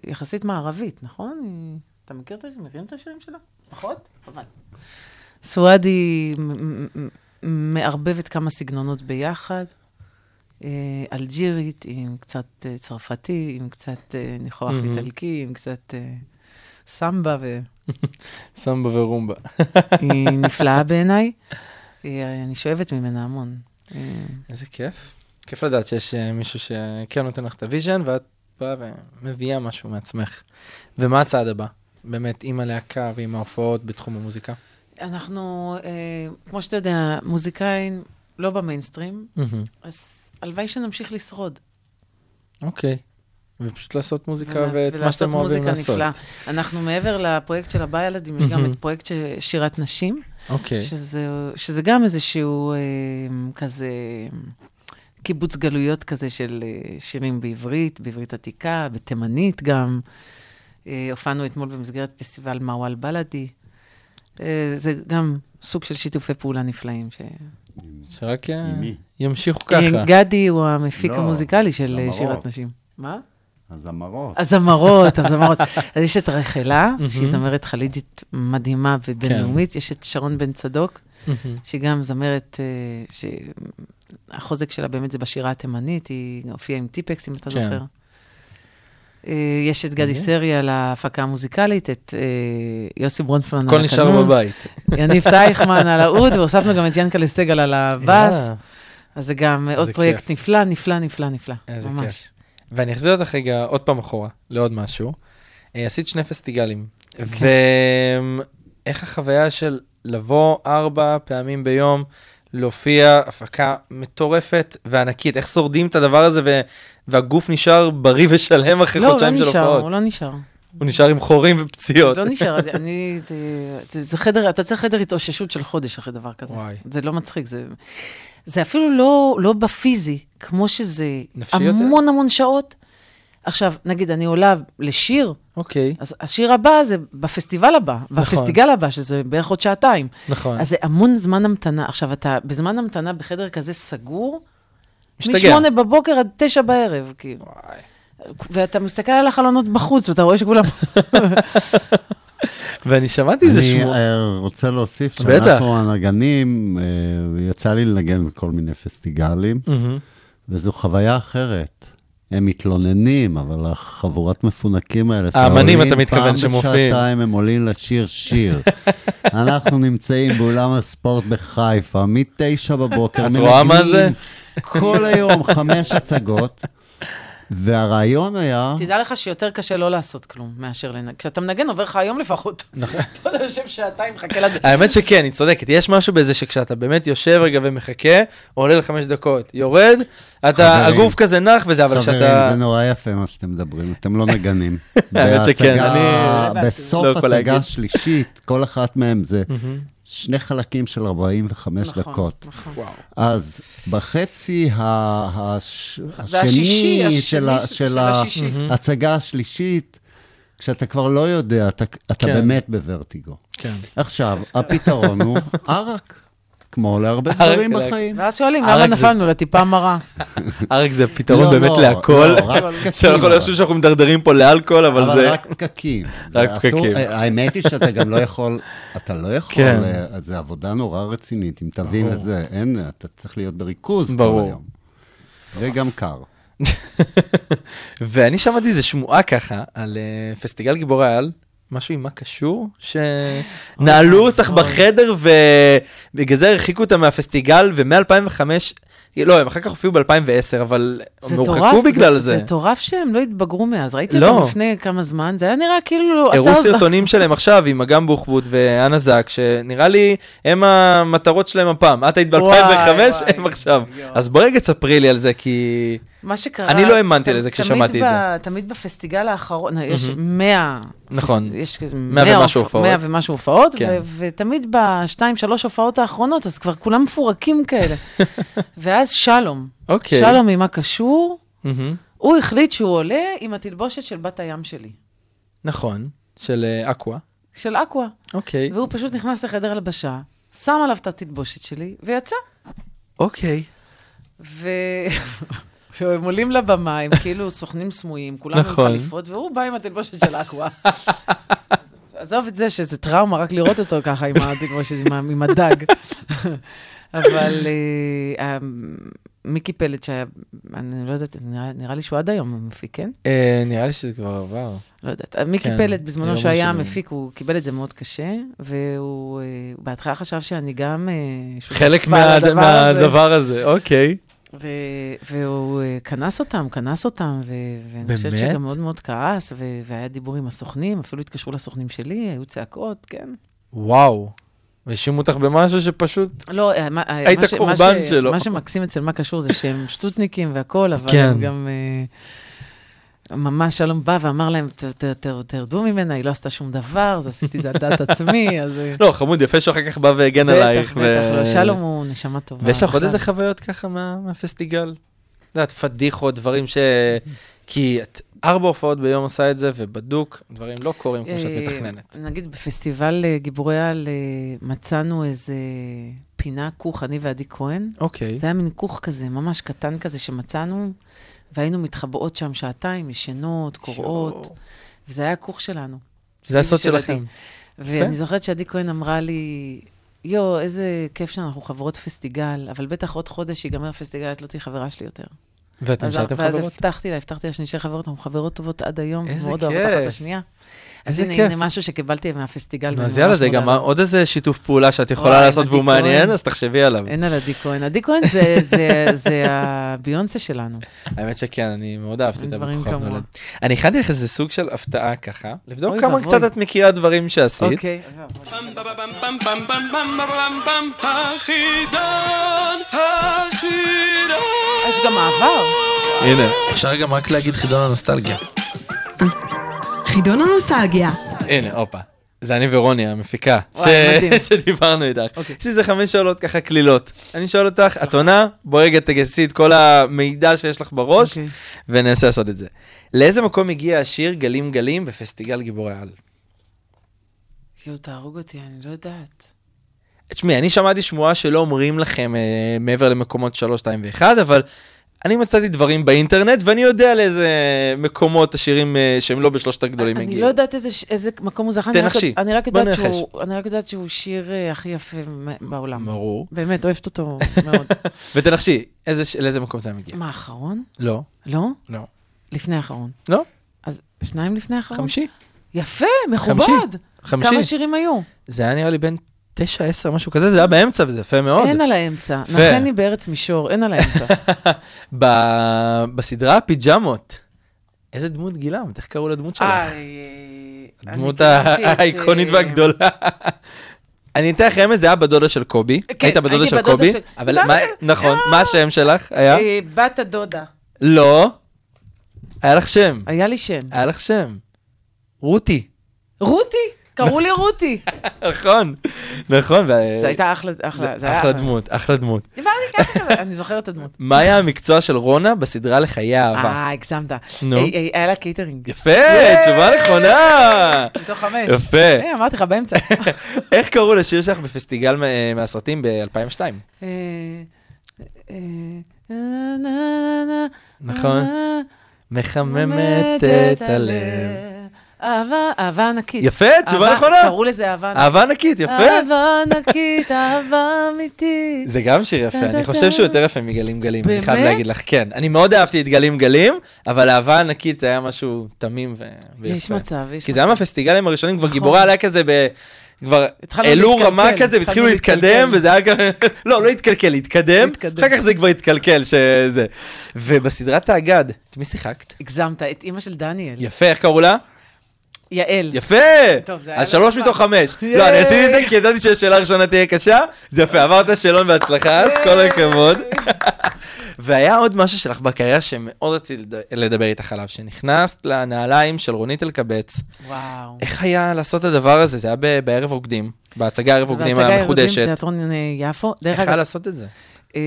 [SPEAKER 2] יחסית מערבית, נכון? היא- אתה מכיר את השירים? מכירים את השירים שלה? פחות? חבל. סועד היא מ- מ- מ- מערבבת כמה סגנונות ביחד. אה, אלג'ירית, עם קצת אה, צרפתי, עם קצת אה, ניחוח איטלקי, עם קצת אה, סמבה ו...
[SPEAKER 1] סמבה ורומבה.
[SPEAKER 2] היא נפלאה בעיניי. אה, אני שואבת ממנה המון. אה,
[SPEAKER 1] איזה כיף. כיף לדעת שיש אה, מישהו שכן נותן לך את הוויז'ן, ואת באה ומביאה משהו מעצמך. ומה הצעד הבא? באמת, עם הלהקה ועם ההופעות בתחום המוזיקה?
[SPEAKER 2] אנחנו, אה, כמו שאתה יודע, מוזיקאים לא במיינסטרים, אז הלוואי שנמשיך לשרוד.
[SPEAKER 1] אוקיי. ופשוט לעשות מוזיקה
[SPEAKER 2] ול-
[SPEAKER 1] ואת מה
[SPEAKER 2] ולעשות
[SPEAKER 1] שאתם אוהבים
[SPEAKER 2] מוזיקה
[SPEAKER 1] לעשות.
[SPEAKER 2] נפלאה. אנחנו מעבר לפרויקט של הבא ילדים, יש גם את פרויקט ש- שירת נשים,
[SPEAKER 1] אוקיי.
[SPEAKER 2] שזה, שזה גם איזשהו אה, כזה קיבוץ גלויות כזה של אה, שירים בעברית, בעברית עתיקה, בתימנית גם. אה, הופענו אתמול במסגרת פסטיבל מוואל בלאדי. אה, זה גם סוג של שיתופי פעולה נפלאים. ש...
[SPEAKER 1] שרק אה,
[SPEAKER 7] עם מי?
[SPEAKER 1] ימשיכו ככה.
[SPEAKER 2] גדי הוא המפיק
[SPEAKER 7] לא,
[SPEAKER 2] המוזיקלי של אה,
[SPEAKER 7] זמרות.
[SPEAKER 2] שירת נשים. מה?
[SPEAKER 7] הזמרות.
[SPEAKER 2] הזמרות, הזמרות. אז יש את רחלה, שהיא זמרת חליג'ית מדהימה
[SPEAKER 1] כן.
[SPEAKER 2] ובינלאומית. יש את שרון בן צדוק, שהיא גם זמרת, אה, שהחוזק שלה באמת זה בשירה התימנית, היא הופיעה עם טיפקס, אם אתה
[SPEAKER 1] כן.
[SPEAKER 2] זוכר. אה, יש את גדי סרי על ההפקה המוזיקלית, את אה, יוסי ברונפמן על
[SPEAKER 1] הכל
[SPEAKER 2] הקנון.
[SPEAKER 1] נשאר בבית.
[SPEAKER 2] יניב טייכמן על האוד, והוספנו גם את ינקלה סגל על הבאס.
[SPEAKER 1] יאללה.
[SPEAKER 2] אז זה גם אה, עוד
[SPEAKER 1] איזה
[SPEAKER 2] פרויקט
[SPEAKER 1] כיף.
[SPEAKER 2] נפלא, נפלא, נפלא, נפלא.
[SPEAKER 1] איזה
[SPEAKER 2] ממש.
[SPEAKER 1] ואני אחזיר אותך רגע עוד פעם אחורה, לעוד משהו. אה, עשית שני פסטיגלים,
[SPEAKER 2] כן.
[SPEAKER 1] ואיך החוויה של לבוא ארבע פעמים ביום, להופיע הפקה מטורפת וענקית, איך שורדים את הדבר הזה ו... והגוף נשאר בריא ושלם אחרי
[SPEAKER 2] לא, הוא לא
[SPEAKER 1] חודשיים של
[SPEAKER 2] נשאר,
[SPEAKER 1] הופעות?
[SPEAKER 2] הוא לא נשאר.
[SPEAKER 1] הוא נשאר עם חורים ופציעות.
[SPEAKER 2] לא נשאר, זה- אני, זה- זה זה חדר, אתה צריך חדר התאוששות של חודש אחרי דבר כזה.
[SPEAKER 1] וואי.
[SPEAKER 2] זה לא מצחיק, זה... זה אפילו לא, לא בפיזי, כמו שזה
[SPEAKER 1] נפשי יותר?
[SPEAKER 2] המון המון שעות. עכשיו, נגיד, אני עולה לשיר,
[SPEAKER 1] אוקיי,
[SPEAKER 2] אז השיר הבא זה בפסטיבל הבא, בפסטיגל הבא, שזה בערך עוד שעתיים.
[SPEAKER 1] נכון.
[SPEAKER 2] אז זה המון זמן המתנה. עכשיו, אתה בזמן המתנה בחדר כזה סגור,
[SPEAKER 1] משתגע.
[SPEAKER 2] משמונה בבוקר עד תשע בערב, כאילו.
[SPEAKER 1] וואי.
[SPEAKER 2] ואתה מסתכל על החלונות בחוץ, ואתה רואה שכולם...
[SPEAKER 1] ואני שמעתי איזה
[SPEAKER 7] אני
[SPEAKER 1] שמוע.
[SPEAKER 7] אה, רוצה להוסיף
[SPEAKER 1] בטח.
[SPEAKER 7] שאנחנו הנגנים, אה, יצא לי לנגן בכל מיני פסטיגלים,
[SPEAKER 1] מהמם.
[SPEAKER 7] וזו חוויה אחרת. הם מתלוננים, אבל החבורת מפונקים האלה
[SPEAKER 1] האמנים,
[SPEAKER 7] שעולים
[SPEAKER 1] אתה מתכוון,
[SPEAKER 7] פעם
[SPEAKER 1] שמופיעים.
[SPEAKER 7] בשעתיים הם עולים לשיר שיר. אנחנו נמצאים באולם הספורט בחיפה, מתשע בבוקר,
[SPEAKER 1] את רואה מה זה?
[SPEAKER 7] מנגנים כל היום חמש הצגות, והרעיון היה...
[SPEAKER 2] תדע לך שיותר קשה לא לעשות כלום מאשר לנגן. כשאתה מנגן, עובר לך היום לפחות. נכון. פה אתה יושב שעתיים, מחכה לד...
[SPEAKER 1] האמת שכן, היא צודקת. יש משהו בזה שכשאתה באמת יושב רגע ומחכה, עולה לחמש דקות, יורד, אתה,
[SPEAKER 7] חברים.
[SPEAKER 1] הגוף כזה נח וזה, אבל
[SPEAKER 7] חברים,
[SPEAKER 1] כשאתה...
[SPEAKER 7] זה נורא יפה מה שאתם מדברים, אתם לא נגנים.
[SPEAKER 1] האמת שכן,
[SPEAKER 7] בהצגה-
[SPEAKER 1] אני-
[SPEAKER 7] בסוף
[SPEAKER 1] לא יכול
[SPEAKER 7] הצגה
[SPEAKER 1] להגיד.
[SPEAKER 7] שלישית, כל אחת מהם זה שני חלקים של 45
[SPEAKER 2] נכון,
[SPEAKER 7] דקות.
[SPEAKER 2] נכון.
[SPEAKER 1] וואו.
[SPEAKER 7] אז בחצי ה- הש-
[SPEAKER 2] והשישי,
[SPEAKER 7] השני של ה-
[SPEAKER 2] השני
[SPEAKER 7] של
[SPEAKER 2] של השישי.
[SPEAKER 7] ההצגה השלישית, כשאתה כבר לא יודע, אתה אתה
[SPEAKER 1] כן.
[SPEAKER 7] באמת בוורטיגו.
[SPEAKER 1] כן.
[SPEAKER 7] עכשיו, הפתרון הוא ערק, כמו להרבה דברים בחיים.
[SPEAKER 2] ואז שואלים,
[SPEAKER 1] אה,
[SPEAKER 2] למה
[SPEAKER 1] רק זה-
[SPEAKER 2] נפלנו לטיפה מרה?
[SPEAKER 1] אריק זה
[SPEAKER 7] לא,
[SPEAKER 1] פתרון באמת
[SPEAKER 7] לא,
[SPEAKER 1] להכל.
[SPEAKER 7] לא, רק קטין,
[SPEAKER 1] שאנחנו
[SPEAKER 7] אבל.
[SPEAKER 1] לא חושבים שאנחנו מדרדרים פה לאלכוהול, אבל
[SPEAKER 7] אבל
[SPEAKER 1] זה...
[SPEAKER 7] רק פקקים.
[SPEAKER 1] רק
[SPEAKER 7] זה אסור- אה,
[SPEAKER 1] פקקים.
[SPEAKER 7] האמת היא שאתה גם לא יכול, אתה לא יכול,
[SPEAKER 1] כן.
[SPEAKER 7] אה, זה עבודה נורא רצינית, אם תבין את זה, אין, אתה צריך להיות בריכוז כל
[SPEAKER 1] ברור.
[SPEAKER 7] היום. וגם קר.
[SPEAKER 1] ואני שמעתי איזה שמועה ככה על אה, פסטיגל גיבורי העל, משהו עם מה קשור,
[SPEAKER 7] אה,
[SPEAKER 1] שנעלו
[SPEAKER 7] נכון.
[SPEAKER 1] אותך בחדר ובגלל זה הרחיקו אותה מהפסטיגל, ומ-2005, לא, הם אחר כך הופיעו ב-2010, אבל
[SPEAKER 2] זה
[SPEAKER 1] הם
[SPEAKER 2] מטורף,
[SPEAKER 1] הורחקו בגלל
[SPEAKER 2] זה
[SPEAKER 1] זה.
[SPEAKER 2] מטורף שהם לא התבגרו מאז, ראיתי
[SPEAKER 1] לא.
[SPEAKER 2] אותם לפני כמה זמן, זה היה נראה כאילו...
[SPEAKER 1] הראו
[SPEAKER 2] עצרנו-
[SPEAKER 1] סרטונים שלהם עכשיו עם אגם בוחבוט ואנה זק, שנראה לי הם המטרות שלהם הפעם. את היית
[SPEAKER 2] וואי,
[SPEAKER 1] ב-2005,
[SPEAKER 2] וואי,
[SPEAKER 1] הם עכשיו.
[SPEAKER 2] יואו.
[SPEAKER 1] אז בואי רגע תספרי לי על זה, כי...
[SPEAKER 2] מה שקרה...
[SPEAKER 1] אני לא האמנתי
[SPEAKER 2] ת-
[SPEAKER 1] לזה
[SPEAKER 2] תמיד
[SPEAKER 1] כששמעתי את
[SPEAKER 2] ב- תמיד בפסטיגל האחרון, יש 100...
[SPEAKER 1] נכון.
[SPEAKER 2] פס- יש כזה
[SPEAKER 1] מאה
[SPEAKER 2] 100
[SPEAKER 1] ומשהו הופעות.
[SPEAKER 2] 100 ומשהו הופעות,
[SPEAKER 1] כן.
[SPEAKER 2] ו- ותמיד בשתיים, שלוש הופעות האחרונות, אז כבר כולם מפורקים כאלה. ואז שלום.
[SPEAKER 1] אוקיי.
[SPEAKER 2] שלום עם הקשור,
[SPEAKER 1] מהמם.
[SPEAKER 2] הוא החליט שהוא עולה עם התלבושת של בת הים שלי,
[SPEAKER 1] נכון, של אה, אקווה.
[SPEAKER 2] של אקווה.
[SPEAKER 1] אוקיי.
[SPEAKER 2] והוא פשוט נכנס לחדר הלבשה, שם עליו את התלבושת שלי, ויצא.
[SPEAKER 1] אוקיי.
[SPEAKER 2] ו... כשהם עולים לבמה, הם כאילו סוכנים סמויים, כולם עם
[SPEAKER 1] נכון.
[SPEAKER 2] חליפות, והוא בא עם התלבושת של אקווה. עזוב את זה שזה טראומה, רק לראות אותו ככה עם התלבושת, עם ה- עם הדג. אבל אה, ה- מיקי פלד שהיה, אני לא יודעת, נראה- נראה לי שהוא עד היום המפיק, כן?
[SPEAKER 1] אה, נראה לי שזה כבר עבר.
[SPEAKER 2] לא יודעת. מיקי
[SPEAKER 1] כן,
[SPEAKER 2] פלד, בזמנו
[SPEAKER 1] היום
[SPEAKER 2] שהוא היה
[SPEAKER 1] שלי.
[SPEAKER 2] המפיק, הוא קיבל את זה מאוד קשה, והוא אה, בהתחלה חשב שאני גם אה, שותפה
[SPEAKER 1] חלק מה-
[SPEAKER 2] לדבר הזה.
[SPEAKER 1] מהדבר הזה, אוקיי.
[SPEAKER 2] ו- והוא אה, כנס אותם, כנס אותם, ו- ואני חושבת
[SPEAKER 1] באמת?
[SPEAKER 2] שגם מאוד מאוד כעס, ו- והיה דיבור עם הסוכנים, אפילו התקשרו לסוכנים שלי, היו צעקות, כן.
[SPEAKER 1] וואו. האשימו אותך במשהו שפשוט...
[SPEAKER 2] לא, אה, מה- אה,
[SPEAKER 1] היית
[SPEAKER 2] מה ש- מה
[SPEAKER 1] קורבן
[SPEAKER 2] ש-
[SPEAKER 1] שלו.
[SPEAKER 2] מה שמקסים אצל מה קשור זה שהם שטוטניקים והכול, אבל
[SPEAKER 1] כן.
[SPEAKER 2] הם גם... אה, ממש שלום בא ואמר להם, "ת- ת- ת- תרדו ממנה, היא לא עשתה שום דבר, אז עשיתי את זה על דעת עצמי, אז... אה,
[SPEAKER 1] לא, חמוד, יפה שאחר כך בא והגן עלייך.
[SPEAKER 2] בטח,
[SPEAKER 1] ו-
[SPEAKER 2] בטח, לא, שלום הוא נשמה טובה.
[SPEAKER 1] ויש לך עוד
[SPEAKER 2] בכלל.
[SPEAKER 1] איזה חוויות ככה מה- מהפסטיגל? את יודעת, פדיחות, דברים ש... כי את ארבע הופעות ביום עושה את זה, ובדוק, דברים לא קורים כמו שאת
[SPEAKER 2] אה,
[SPEAKER 1] מתכננת.
[SPEAKER 2] נגיד בפסטיבל אה, גיבורי על אה, מצאנו איזה פינה, כוך, אני ועדי כהן.
[SPEAKER 1] אוקיי.
[SPEAKER 2] זה היה מין כוך כזה, ממש קטן כזה שמצאנו, והיינו מתחבאות שם שעתיים, ישנות, קוראות, וזה היה הכוך שלנו.
[SPEAKER 1] זה הסוד
[SPEAKER 2] שלי ושל
[SPEAKER 1] שלכם.
[SPEAKER 2] עדי. ואני זוכרת שעדי כהן אמרה לי, יואו, איזה כיף שאנחנו חברות פסטיגל, אבל בטח עוד חודש ייגמר הפסטיגל, את לא תהיי חברה שלי יותר.
[SPEAKER 1] ואתם
[SPEAKER 2] אז-
[SPEAKER 1] נשארתם
[SPEAKER 2] ואז
[SPEAKER 1] חברות?
[SPEAKER 2] הבטחתי לה, הבטחתי לה שנשאר חברות, אנחנו חברות טובות עד היום,
[SPEAKER 1] איזה
[SPEAKER 2] ומאוד אוהבות אחת את
[SPEAKER 1] כיף.
[SPEAKER 2] השנייה. אז
[SPEAKER 1] איזה
[SPEAKER 2] הנה, הנה
[SPEAKER 1] כיף.
[SPEAKER 2] משהו שקיבלתי מהפסטיגל.
[SPEAKER 1] נו,
[SPEAKER 2] ואני
[SPEAKER 1] אז יאללה,
[SPEAKER 2] ממש
[SPEAKER 1] זה
[SPEAKER 2] מודה
[SPEAKER 1] גם
[SPEAKER 2] לה.
[SPEAKER 1] עוד איזה שיתוף פעולה שאת יכולה
[SPEAKER 2] וואי,
[SPEAKER 1] לעשות
[SPEAKER 2] עדי
[SPEAKER 1] והוא
[SPEAKER 2] כהן.
[SPEAKER 1] מעניין, אז תחשבי עליו.
[SPEAKER 2] אין על עדי כהן. עדי כהן זה- זה- זה הביונסה שלנו.
[SPEAKER 1] האמת שכן, אני מאוד אהבתי אותה
[SPEAKER 2] דברים
[SPEAKER 1] בכוכב
[SPEAKER 2] כמוה.
[SPEAKER 1] נולד. אני הכנתי לך איזה סוג של הפתעה ככה, לבדוק
[SPEAKER 2] אוי
[SPEAKER 1] כמה
[SPEAKER 2] ואבוי.
[SPEAKER 1] קצת את מכירה דברים שעשית.
[SPEAKER 2] אוקיי. יש גם מעבר.
[SPEAKER 1] הנה. אפשר גם רק להגיד חידון הנוסטלגיה.
[SPEAKER 5] חידון הנוסטלגיה,
[SPEAKER 1] הנה, הופה. זה אני ורוני, המפיקה, ש...
[SPEAKER 2] וואי, מדהים.
[SPEAKER 1] שדיברנו איתך.
[SPEAKER 2] אוקיי.
[SPEAKER 1] יש לי איזה חמש שאלות ככה קלילות. אני שואל אותך, את עונה, בואי רגע תגייסי את כל המידע שיש לך בראש,
[SPEAKER 2] אוקיי.
[SPEAKER 1] וננסה לעשות את זה. לאיזה מקום הגיע השיר גלים גלים בפסטיגל גיבורי על?
[SPEAKER 2] יואו, תהרוג אותי, אני לא יודעת.
[SPEAKER 1] תשמעי, אני שמעתי שמועה שלא אומרים לכם אה, מעבר למקומות 3, 2 ו-1, אבל אני מצאתי דברים באינטרנט, ואני יודע לאיזה מקומות השירים אה, שהם לא בשלושת הגדולים
[SPEAKER 2] אני
[SPEAKER 1] הגיעו.
[SPEAKER 2] לא יודעת איזה ש- איזה מקום הוא זכה. אני רק-
[SPEAKER 1] תנחשי.
[SPEAKER 2] אני רק
[SPEAKER 1] בוא
[SPEAKER 2] יודעת
[SPEAKER 1] ננחש.
[SPEAKER 2] שהוא- אני רק יודעת שהוא שיר אה, הכי יפה מ- בעולם.
[SPEAKER 1] ברור.
[SPEAKER 2] באמת, אוהבת אותו מאוד.
[SPEAKER 1] ותנחשי, איזה ש- לאיזה מקום זה היה מגיע?
[SPEAKER 2] מה, האחרון?
[SPEAKER 1] לא.
[SPEAKER 2] לא?
[SPEAKER 1] לא.
[SPEAKER 2] לפני האחרון.
[SPEAKER 1] לא?
[SPEAKER 2] אז שניים לפני האחרון?
[SPEAKER 1] חמישי?
[SPEAKER 2] יפה,
[SPEAKER 1] חמישי.
[SPEAKER 2] מכובד.
[SPEAKER 1] חמישי.
[SPEAKER 2] אה, כמה שירים היו?
[SPEAKER 1] זה היה נראה לי בין 9, 10, משהו כזה, זה היה באמצע וזה יפה מאוד.
[SPEAKER 2] אין על האמצע.
[SPEAKER 1] יפה.
[SPEAKER 2] נכני בארץ מישור, אין על האמצע.
[SPEAKER 1] ב- בסדרה הפיג'מות, איזה דמות גילמת? איך קראו לדמות שלך?
[SPEAKER 2] אה,
[SPEAKER 1] הדמות ה- האיקונית והגדולה. אה, אני אתן לך רמז, זה היה בדודה של קובי.
[SPEAKER 2] כן,
[SPEAKER 1] היית בדודה
[SPEAKER 2] הייתי
[SPEAKER 1] של
[SPEAKER 2] בדודה
[SPEAKER 1] קובי.
[SPEAKER 2] של-
[SPEAKER 1] אבל
[SPEAKER 2] מה
[SPEAKER 1] מה,
[SPEAKER 2] זה?
[SPEAKER 1] נכון, מה השם שלך היה?
[SPEAKER 2] אה, בת הדודה.
[SPEAKER 1] לא. היה לך שם.
[SPEAKER 2] היה לי שם.
[SPEAKER 1] היה לך שם. רותי.
[SPEAKER 2] רותי! קראו לי רותי.
[SPEAKER 1] נכון, נכון. וה-
[SPEAKER 2] זו הייתה אחלה, אחלה, זה היה
[SPEAKER 1] אחלה דמות, אחלה דמות.
[SPEAKER 2] דיברתי ככה כזה, אני זוכרת את הדמות.
[SPEAKER 1] מה היה המקצוע של רונה בסדרה לחיי אהבה?
[SPEAKER 2] אה, הגזמת.
[SPEAKER 1] נו.
[SPEAKER 2] אה, אה, היה לה קייטרינג.
[SPEAKER 1] יפה, תשובה נכונה.
[SPEAKER 2] מתוך חמש.
[SPEAKER 1] יפה.
[SPEAKER 2] אה, אמרתי לך באמצע.
[SPEAKER 1] איך קראו לשיר שלך בפסטיגל מה- מהסרטים ב-2002?
[SPEAKER 2] אה, אה, נה, נה, נה,
[SPEAKER 1] נכון.
[SPEAKER 2] נה,
[SPEAKER 1] מחממת את הלב.
[SPEAKER 2] אהבה, אהבה ענקית.
[SPEAKER 1] יפה, תשובה
[SPEAKER 2] אהבה,
[SPEAKER 1] נכונה.
[SPEAKER 2] קראו לזה אהבה ענקית.
[SPEAKER 1] אהבה ענקית, יפה.
[SPEAKER 2] אהבה ענקית, אהבה אמיתית.
[SPEAKER 1] זה גם שיר יפה, אני חושב שהוא יותר יפה מגלים גלים, אני חייב
[SPEAKER 2] באמת?
[SPEAKER 1] להגיד לך, כן. אני מאוד אהבתי את גלים גלים, אבל אהבה ענקית היה משהו תמים ו- ויפה.
[SPEAKER 2] יש מצב, יש
[SPEAKER 1] כי זה היה
[SPEAKER 2] מצב.
[SPEAKER 1] מהפסטיגלים הראשונים, כבר
[SPEAKER 2] נכון.
[SPEAKER 1] גיבורה עליה כזה ב... כבר
[SPEAKER 2] התחלנו
[SPEAKER 1] העלו
[SPEAKER 2] להתקלקל,
[SPEAKER 1] רמה כזה
[SPEAKER 2] התחלנו
[SPEAKER 1] והתחילו להתקדם,
[SPEAKER 2] להתקלקל.
[SPEAKER 1] וזה היה גם... לא, לא התקלקל, התקדם,
[SPEAKER 2] התקדם.
[SPEAKER 1] אחר כך זה כבר התקלקל, שזה. ובסדרת האגד, את מי שיחקת?
[SPEAKER 2] הגזמת, את אימא של דניאל.
[SPEAKER 1] יפה, איך קראו לה?
[SPEAKER 2] יעל.
[SPEAKER 1] יפה!
[SPEAKER 2] טוב, זה היה
[SPEAKER 1] אז
[SPEAKER 2] לא
[SPEAKER 1] שלוש
[SPEAKER 2] מזמן.
[SPEAKER 1] מתוך חמש. לא,
[SPEAKER 2] ייי.
[SPEAKER 1] אני עשיתי את זה כי ידעתי שהשאלה הראשונה תהיה קשה. זה יפה, עברת שאלון בהצלחה, אז כל הכבוד. והיה עוד משהו שלך בקריירה שמאוד רציתי לד- לדבר איתך עליו, שנכנסת לנעליים של רונית אלקבץ.
[SPEAKER 2] וואו.
[SPEAKER 1] איך היה לעשות את הדבר הזה? זה היה ב- בערב רוקדים, בהצגה ערב רוקדים
[SPEAKER 2] והצגה יורדים,
[SPEAKER 1] המחודשת.
[SPEAKER 2] תיאטרון אה, יפו. דרך
[SPEAKER 1] איך היה
[SPEAKER 2] אגב,
[SPEAKER 1] לעשות את זה?
[SPEAKER 2] אה,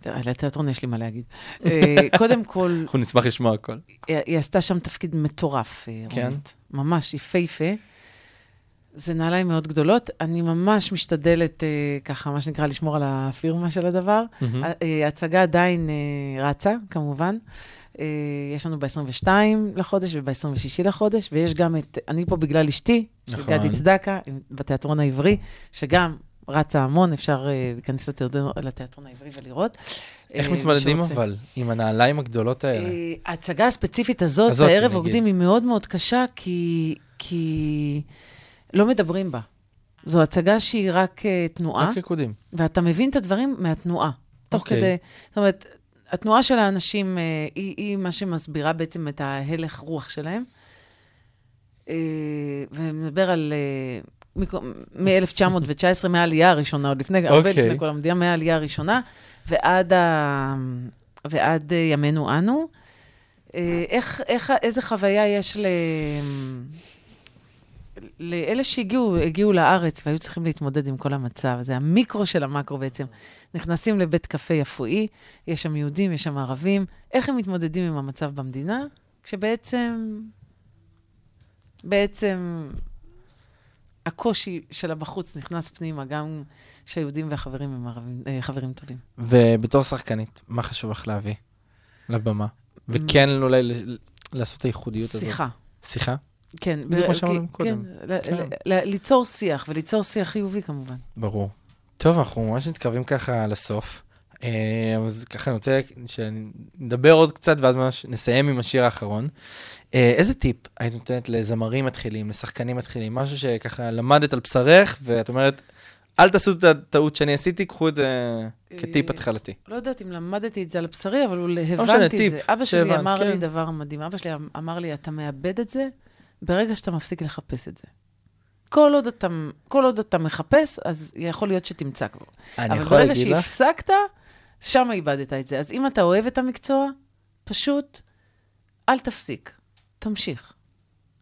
[SPEAKER 2] ת- על התיאטרון יש לי מה להגיד. אה, קודם כל,
[SPEAKER 1] אנחנו נשמח לשמוע הכל.
[SPEAKER 2] היא היא עשתה שם תפקיד מטורף, אה,
[SPEAKER 1] כן.
[SPEAKER 2] רונית. ממש יפהפה. זה נעליים מאוד גדולות. אני ממש משתדלת, אה, ככה, מה שנקרא, לשמור על הפירמה של הדבר.
[SPEAKER 1] מהמם.
[SPEAKER 2] אה, ההצגה עדיין אה, רצה, כמובן. אה, יש לנו ב-22 לחודש וב-26 לחודש, ויש גם את, אני פה בגלל אשתי, של
[SPEAKER 1] נכון.
[SPEAKER 2] גדי צדקה, עם- בתיאטרון העברי, שגם רצה המון, אפשר אה, להיכנס לתיאטרון- לתיאטרון העברי ולראות.
[SPEAKER 1] איך
[SPEAKER 2] אה, מי
[SPEAKER 1] מתמודדים
[SPEAKER 2] שרוצה.
[SPEAKER 1] אבל עם הנעליים הגדולות האלה?
[SPEAKER 2] אה, ההצגה הספציפית הזאת,
[SPEAKER 1] כן. הזאת,
[SPEAKER 2] הערב
[SPEAKER 1] נגיד.
[SPEAKER 2] עובדים, היא מאוד מאוד קשה, כי, כי לא מדברים בה. זו הצגה שהיא רק אה, תנועה,
[SPEAKER 1] רק ריקודים.
[SPEAKER 2] ואתה מבין את הדברים מהתנועה. תוך
[SPEAKER 1] אוקיי.
[SPEAKER 2] כדי, זאת אומרת, התנועה של האנשים אה, היא, היא מה שמסבירה בעצם את ההלך רוח שלהם. אה, ומדבר על... אה, מקו- מ-1919, מהעלייה הראשונה, עוד לפני, הרבה
[SPEAKER 1] אוקיי.
[SPEAKER 2] לפני כל המדינה, מהעלייה הראשונה, ועד, ה... ועד אה, ימינו אנו. אה, איך, איך, איזה חוויה יש ל... לאלה שהגיעו, הגיעו לארץ והיו צריכים להתמודד עם כל המצב, זה המיקרו של המקרו בעצם. נכנסים לבית קפה יפואי, יש שם יהודים, יש שם ערבים, איך הם מתמודדים עם המצב במדינה, כשבעצם, בעצם הקושי של הבחוץ נכנס פנימה, גם שהיהודים והחברים הם ערבים, אה, חברים טובים.
[SPEAKER 1] ובתור שחקנית, מה חשוב לך להביא לבמה? וכן אולי ל- לעשות את הייחודיות הזאת.
[SPEAKER 2] שיחה.
[SPEAKER 1] שיחה?
[SPEAKER 2] כן,
[SPEAKER 1] זה
[SPEAKER 2] ב-
[SPEAKER 1] כמו שאמרנו
[SPEAKER 2] כן,
[SPEAKER 1] קודם.
[SPEAKER 2] ל-
[SPEAKER 1] כן.
[SPEAKER 2] ל- ל- ליצור שיח, וליצור שיח חיובי כמובן.
[SPEAKER 1] ברור. טוב, אנחנו ממש מתקרבים ככה לסוף. אה, אז ככה אני רוצה שנדבר עוד קצת ואז ממש נסיים עם השיר האחרון. אה, איזה טיפ היית נותנת לזמרים מתחילים, לשחקנים מתחילים? משהו שככה למדת על בשרך ואת אומרת, אל תעשו את הטעות שאני עשיתי, קחו את זה כטיפ
[SPEAKER 2] אה,
[SPEAKER 1] התחלתי.
[SPEAKER 2] לא יודעת אם למדתי את זה על בשרי, אבל אולי הבנתי
[SPEAKER 1] לא משנה,
[SPEAKER 2] את
[SPEAKER 1] טיפ
[SPEAKER 2] זה. אבא שלי
[SPEAKER 1] שהבנת,
[SPEAKER 2] אמר לי
[SPEAKER 1] כן.
[SPEAKER 2] דבר מדהים. אבא שלי אמר לי, אתה מאבד את זה ברגע שאתה מפסיק לחפש את זה. כל עוד אתה, כל עוד אתה מחפש, אז יכול להיות שתמצא כבר.
[SPEAKER 1] אני
[SPEAKER 2] אבל
[SPEAKER 1] יכול
[SPEAKER 2] ברגע
[SPEAKER 1] להגיד לך,
[SPEAKER 2] שהפסקת, שם איבדת את זה. אז אם אתה אוהב את המקצוע, פשוט אל תפסיק, תמשיך.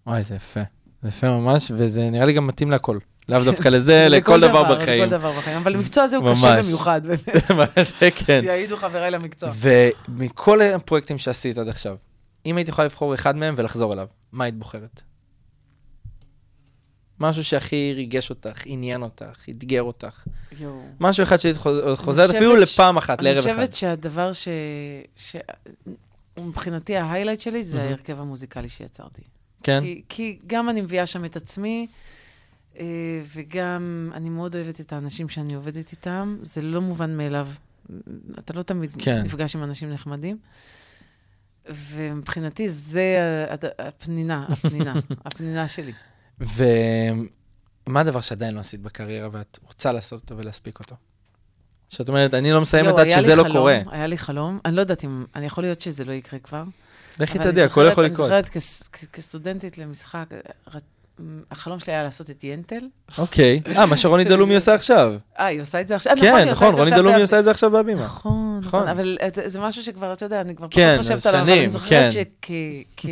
[SPEAKER 1] וואי, זה יפה. זה יפה ממש, וזה נראה לי גם מתאים להכל. לאו דווקא לזה, לכל דבר בחיים.
[SPEAKER 2] כן. לכל דבר בחיים. אבל המקצוע הזה הוא קשה
[SPEAKER 1] ממש.
[SPEAKER 2] במיוחד, באמת.
[SPEAKER 1] מה זה כן.
[SPEAKER 2] יעידו חבריי למקצוע.
[SPEAKER 1] ומכל הפרויקטים שעשית עד עכשיו, אם היית יכולה לבחור אחד מהם ולחזור אליו, מה היית בוחרת? משהו שהכי ריגש אותך, עניין אותך, אתגר אותך.
[SPEAKER 2] יואו.
[SPEAKER 1] משהו אחד שהיית חוז- חוזרת
[SPEAKER 2] חושבת
[SPEAKER 1] אפילו
[SPEAKER 2] ש-
[SPEAKER 1] לפעם אחת, לערב
[SPEAKER 2] אני
[SPEAKER 1] אחד.
[SPEAKER 2] חושבת שהדבר ש... ש... מבחינתי ההיילייט שלי זה ההרכב המוזיקלי שיצרתי.
[SPEAKER 1] כן?
[SPEAKER 2] כי, כי גם אני מביאה שם את עצמי, אה, וגם אני מאוד אוהבת את האנשים שאני עובדת איתם. זה לא מובן מאליו. אתה לא תמיד
[SPEAKER 1] כן.
[SPEAKER 2] כן. נפגש עם אנשים נחמדים. ומבחינתי זה הד- הפנינה, הפנינה, הפנינה שלי.
[SPEAKER 1] ומה הדבר שעדיין לא עשית בקריירה ואת רוצה לעשות אותו ולהספיק אותו? שאת אומרת, אני לא מסיימת
[SPEAKER 2] יואו,
[SPEAKER 1] עד
[SPEAKER 2] היה לי
[SPEAKER 1] שזה לא
[SPEAKER 2] חלום,
[SPEAKER 1] קורה.
[SPEAKER 2] היה לי חלום, אני לא יודעת אם, אני יכול להיות שזה לא יקרה כבר.
[SPEAKER 1] לכי
[SPEAKER 2] אבל
[SPEAKER 1] תדעי,
[SPEAKER 2] אני
[SPEAKER 1] הכל יכול
[SPEAKER 2] זוכרת-
[SPEAKER 1] לקרות.
[SPEAKER 2] אני זוכרת כס- כ- כסטודנטית למשחק, ר- החלום שלי היה לעשות את ינטל.
[SPEAKER 1] אוקיי. אה, מה שרוני
[SPEAKER 2] שזה-
[SPEAKER 1] דלומי עושה עכשיו.
[SPEAKER 2] אה, היא עושה את זה עכשיו?
[SPEAKER 1] כן,
[SPEAKER 2] היא עושה
[SPEAKER 1] נכון,
[SPEAKER 2] את זה
[SPEAKER 1] רוני
[SPEAKER 2] עכשיו
[SPEAKER 1] דלומי
[SPEAKER 2] ב-
[SPEAKER 1] עושה את זה עכשיו בהבימה.
[SPEAKER 2] נכון,
[SPEAKER 1] נכון.
[SPEAKER 2] נכון, אבל זה- זה משהו שכבר, אתה יודע, אני כבר
[SPEAKER 1] כן,
[SPEAKER 2] פחות חושבת
[SPEAKER 1] אז
[SPEAKER 2] עליו, אבל
[SPEAKER 1] שנים,
[SPEAKER 2] אני
[SPEAKER 1] כן.
[SPEAKER 2] זוכרת שכ... כ-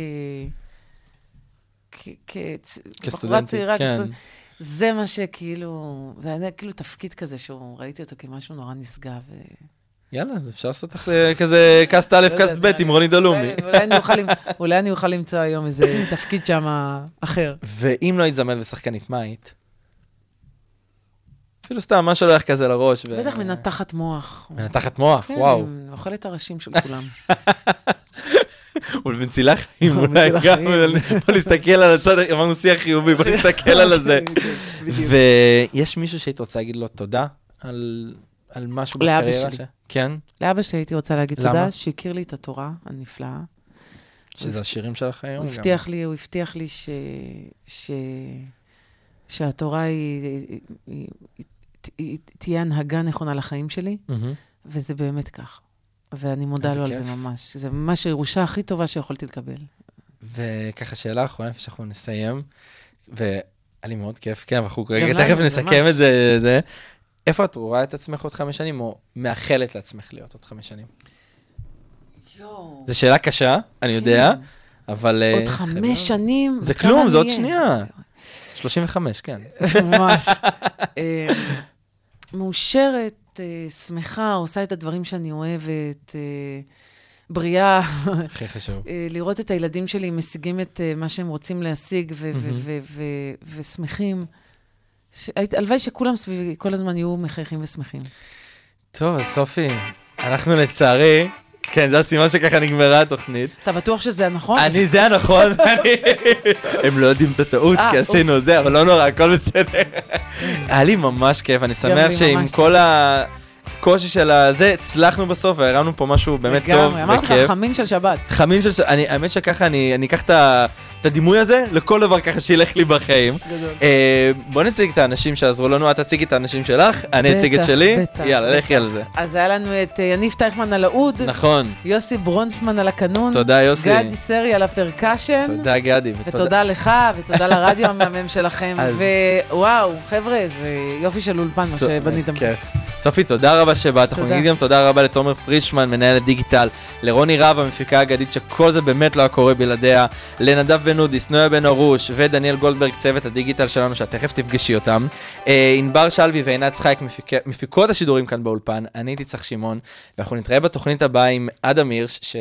[SPEAKER 2] כ- כצ- בחורה
[SPEAKER 1] כסטודנטית,
[SPEAKER 2] צעירה,
[SPEAKER 1] כן.
[SPEAKER 2] כסטודנט- זה מה שכאילו, זה היה כאילו תפקיד כזה שהוא, ראיתי אותו כמשהו נורא נשגב. ו-
[SPEAKER 1] יאללה, אז אפשר לעשות לך אה, כזה קאסט א',
[SPEAKER 2] לא
[SPEAKER 1] קאסט ב'
[SPEAKER 2] יודעת,
[SPEAKER 1] עם רוני דלומי.
[SPEAKER 2] אולי- אולי אני אוכל למ- אולי אני אוכל למצוא היום איזה תפקיד שם אחר.
[SPEAKER 1] ואם לא היית זמרת ושחקנית, מה היית? אפילו סתם, מה שהולך כזה לראש. ו-
[SPEAKER 2] בטח מנתחת מוח.
[SPEAKER 1] מנתחת מוח,
[SPEAKER 2] כן,
[SPEAKER 1] וואו.
[SPEAKER 2] אני אוכלת את הראשים של כולם.
[SPEAKER 1] ומצילה חיים,
[SPEAKER 2] נכון,
[SPEAKER 1] אולי
[SPEAKER 2] מצילה
[SPEAKER 1] גם,
[SPEAKER 2] חיים.
[SPEAKER 1] בוא נסתכל על הצד, אמרנו שיח חיובי, בוא נסתכל על הזה. ויש מישהו שהיית רוצה להגיד לו תודה על על משהו
[SPEAKER 2] לאבא
[SPEAKER 1] בקריירה?
[SPEAKER 2] שלי.
[SPEAKER 1] ש- כן?
[SPEAKER 2] לאבא שלי הייתי רוצה להגיד
[SPEAKER 1] למה?
[SPEAKER 2] תודה, שהכיר לי את התורה הנפלאה.
[SPEAKER 1] שזה השירים שלך היום?
[SPEAKER 2] הוא
[SPEAKER 1] גם.
[SPEAKER 2] הבטיח לי, הוא הבטיח לי ש... ש... שהתורה היא, היא, היא, היא, תהיה הנהגה נכונה לחיים שלי,
[SPEAKER 1] מהמם.
[SPEAKER 2] וזה באמת כך. ואני מודה
[SPEAKER 1] איזה
[SPEAKER 2] לו על
[SPEAKER 1] כיף.
[SPEAKER 2] זה ממש. זה ממש הירושה הכי טובה שיכולתי לקבל.
[SPEAKER 1] וככה, שאלה אחרונה, לפני שאנחנו נסיים, והיה לי מאוד כיף, כן, אבל אנחנו רגע,
[SPEAKER 2] לנו,
[SPEAKER 1] תכף
[SPEAKER 2] ממש.
[SPEAKER 1] נסכם את זה, זה. איפה את רואה את עצמך עוד חמש שנים, או מאחלת לעצמך להיות עוד חמש שנים?
[SPEAKER 2] יואו. כן.
[SPEAKER 1] זו שאלה קשה, אני יודע, אבל... אה,
[SPEAKER 2] עוד
[SPEAKER 1] חבר'ה,
[SPEAKER 2] חמש שנים,
[SPEAKER 1] זה
[SPEAKER 2] כמה
[SPEAKER 1] כלום,
[SPEAKER 2] אני
[SPEAKER 1] זה עוד
[SPEAKER 2] אהיה?
[SPEAKER 1] שנייה. 35, כן.
[SPEAKER 2] ממש. אה, מאושרת, אה, שמחה, עושה את הדברים שאני אוהבת, אה, בריאה,
[SPEAKER 1] הכי חשוב.
[SPEAKER 2] אה, לראות את הילדים שלי משיגים את אה, מה שהם רוצים להשיג ו- ו- ו- ו- ושמחים. ש- הייתי- הלוואי שכולם סביבי כל הזמן יהיו מחייכים ושמחים.
[SPEAKER 1] טוב, אז סופי, אנחנו לצערי, כן, זה הסימן שככה נגמרה התוכנית.
[SPEAKER 2] אתה בטוח שזה נכון? הנכון?
[SPEAKER 1] אני, זה הנכון, אני... הם לא יודעים את הטעות,
[SPEAKER 2] אה,
[SPEAKER 1] כי עשינו
[SPEAKER 2] אופס.
[SPEAKER 1] זה, אבל לא נורא, הכל בסדר. היה לי ממש כיף, אני שמח
[SPEAKER 2] לי
[SPEAKER 1] שעם
[SPEAKER 2] ממש
[SPEAKER 1] כל הקושי של הזה, הצלחנו בסוף והרמנו פה משהו באמת טוב
[SPEAKER 2] לגמרי, אמרתי לך,
[SPEAKER 1] וכיף.
[SPEAKER 2] חמין של שבת.
[SPEAKER 1] חמין של... ש- אני, האמת שככה, אני, אני אקח את ה- את הדימוי הזה לכל דבר ככה שילך לי בחיים. אה, בוא נציג את האנשים שעזרו לנו, את תציגי את האנשים שלך, אני אציג את
[SPEAKER 2] בטח,
[SPEAKER 1] שלי,
[SPEAKER 2] בטח,
[SPEAKER 1] יאללה,
[SPEAKER 2] בטח.
[SPEAKER 1] לכי על זה.
[SPEAKER 2] אז היה לנו את אה, יניב טייכמן על האוד,
[SPEAKER 1] נכון,
[SPEAKER 2] יוסי ברונפמן על הקנון,
[SPEAKER 1] תודה יוסי.
[SPEAKER 2] גדי סרי על הפרקשן.
[SPEAKER 1] תודה גדי.
[SPEAKER 2] כן. ותודה לך, ותודה לרדיו המהמם שלכם,
[SPEAKER 1] אז-
[SPEAKER 2] ווואו, חבר'ה, זה יופי של אולפן מה
[SPEAKER 1] סו- כן.
[SPEAKER 2] שבניתם.
[SPEAKER 1] כיף. סופי, תודה רבה שבאת. אנחנו
[SPEAKER 2] תודה.
[SPEAKER 1] נגיד גם תודה רבה לתומר פרישמן, מנהל הדיגיטל, לרוני רהב, המפיקה האגדית, שכל זה באמת לא היה קורה בלעדיה, לנדב בן אודיס, נויה בן ארוש ודניאל גולדברג, צוות הדיגיטל שלנו, שאת תכף תפגשי אותם. אה, ענבר שלוי ועינת צחייק, מפיק- מפיקות השידורים כאן באולפן, אני הייתי צריך שמעון, ואנחנו נתראה בתוכנית הבאה עם אדם הירש, ש...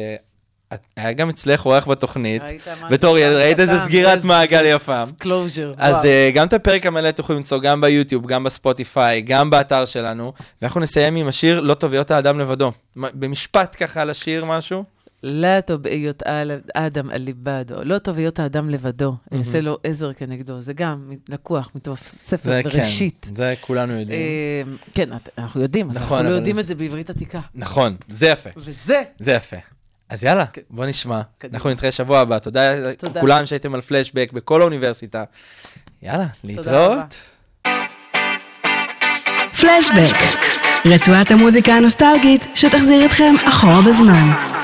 [SPEAKER 1] היה גם אצלך אורח בתוכנית,
[SPEAKER 2] ראית מה
[SPEAKER 1] בתור
[SPEAKER 2] שקרה
[SPEAKER 1] ילד, ראית איזה
[SPEAKER 2] בקטן,
[SPEAKER 1] סגירת
[SPEAKER 2] איזה-
[SPEAKER 1] מעגל יפה.
[SPEAKER 2] קלוז'ר.
[SPEAKER 1] אז uh, גם את הפרק המלא תוכלו למצוא גם ביוטיוב, גם בספוטיפיי, גם באתר שלנו, ואנחנו נסיים עם השיר "לא תביאות האדם לבדו". מה- במשפט ככה על השיר משהו?
[SPEAKER 2] לא טוב היות אל- אדם על ליבדו, לא טוב היות האדם לבדו,
[SPEAKER 1] Mhm.
[SPEAKER 2] אעשה לו עזר כנגדו. זה גם מ- לקוח מתוך ספר בראשית.
[SPEAKER 1] זה כן. כולנו יודעים.
[SPEAKER 2] אה, כן, את- אנחנו יודעים,
[SPEAKER 1] נכון,
[SPEAKER 2] אנחנו לא
[SPEAKER 1] אבל-
[SPEAKER 2] יודעים את זה בעברית עתיקה.
[SPEAKER 1] נכון, זה יפה,
[SPEAKER 2] וזה,
[SPEAKER 1] זה יפה. אז יאללה, בוא נשמע.
[SPEAKER 2] כן. קדימה.
[SPEAKER 1] אנחנו נתראה שבוע הבא. תודה
[SPEAKER 2] תודה.
[SPEAKER 1] לכולם שהייתם על פלשבק בכל האוניברסיטה. יאללה,
[SPEAKER 2] רבה.
[SPEAKER 1] להתראות.
[SPEAKER 5] פלשבק, רצועת המוזיקה הנוסטלגית שתחזיר אתכם אחורה בזמן,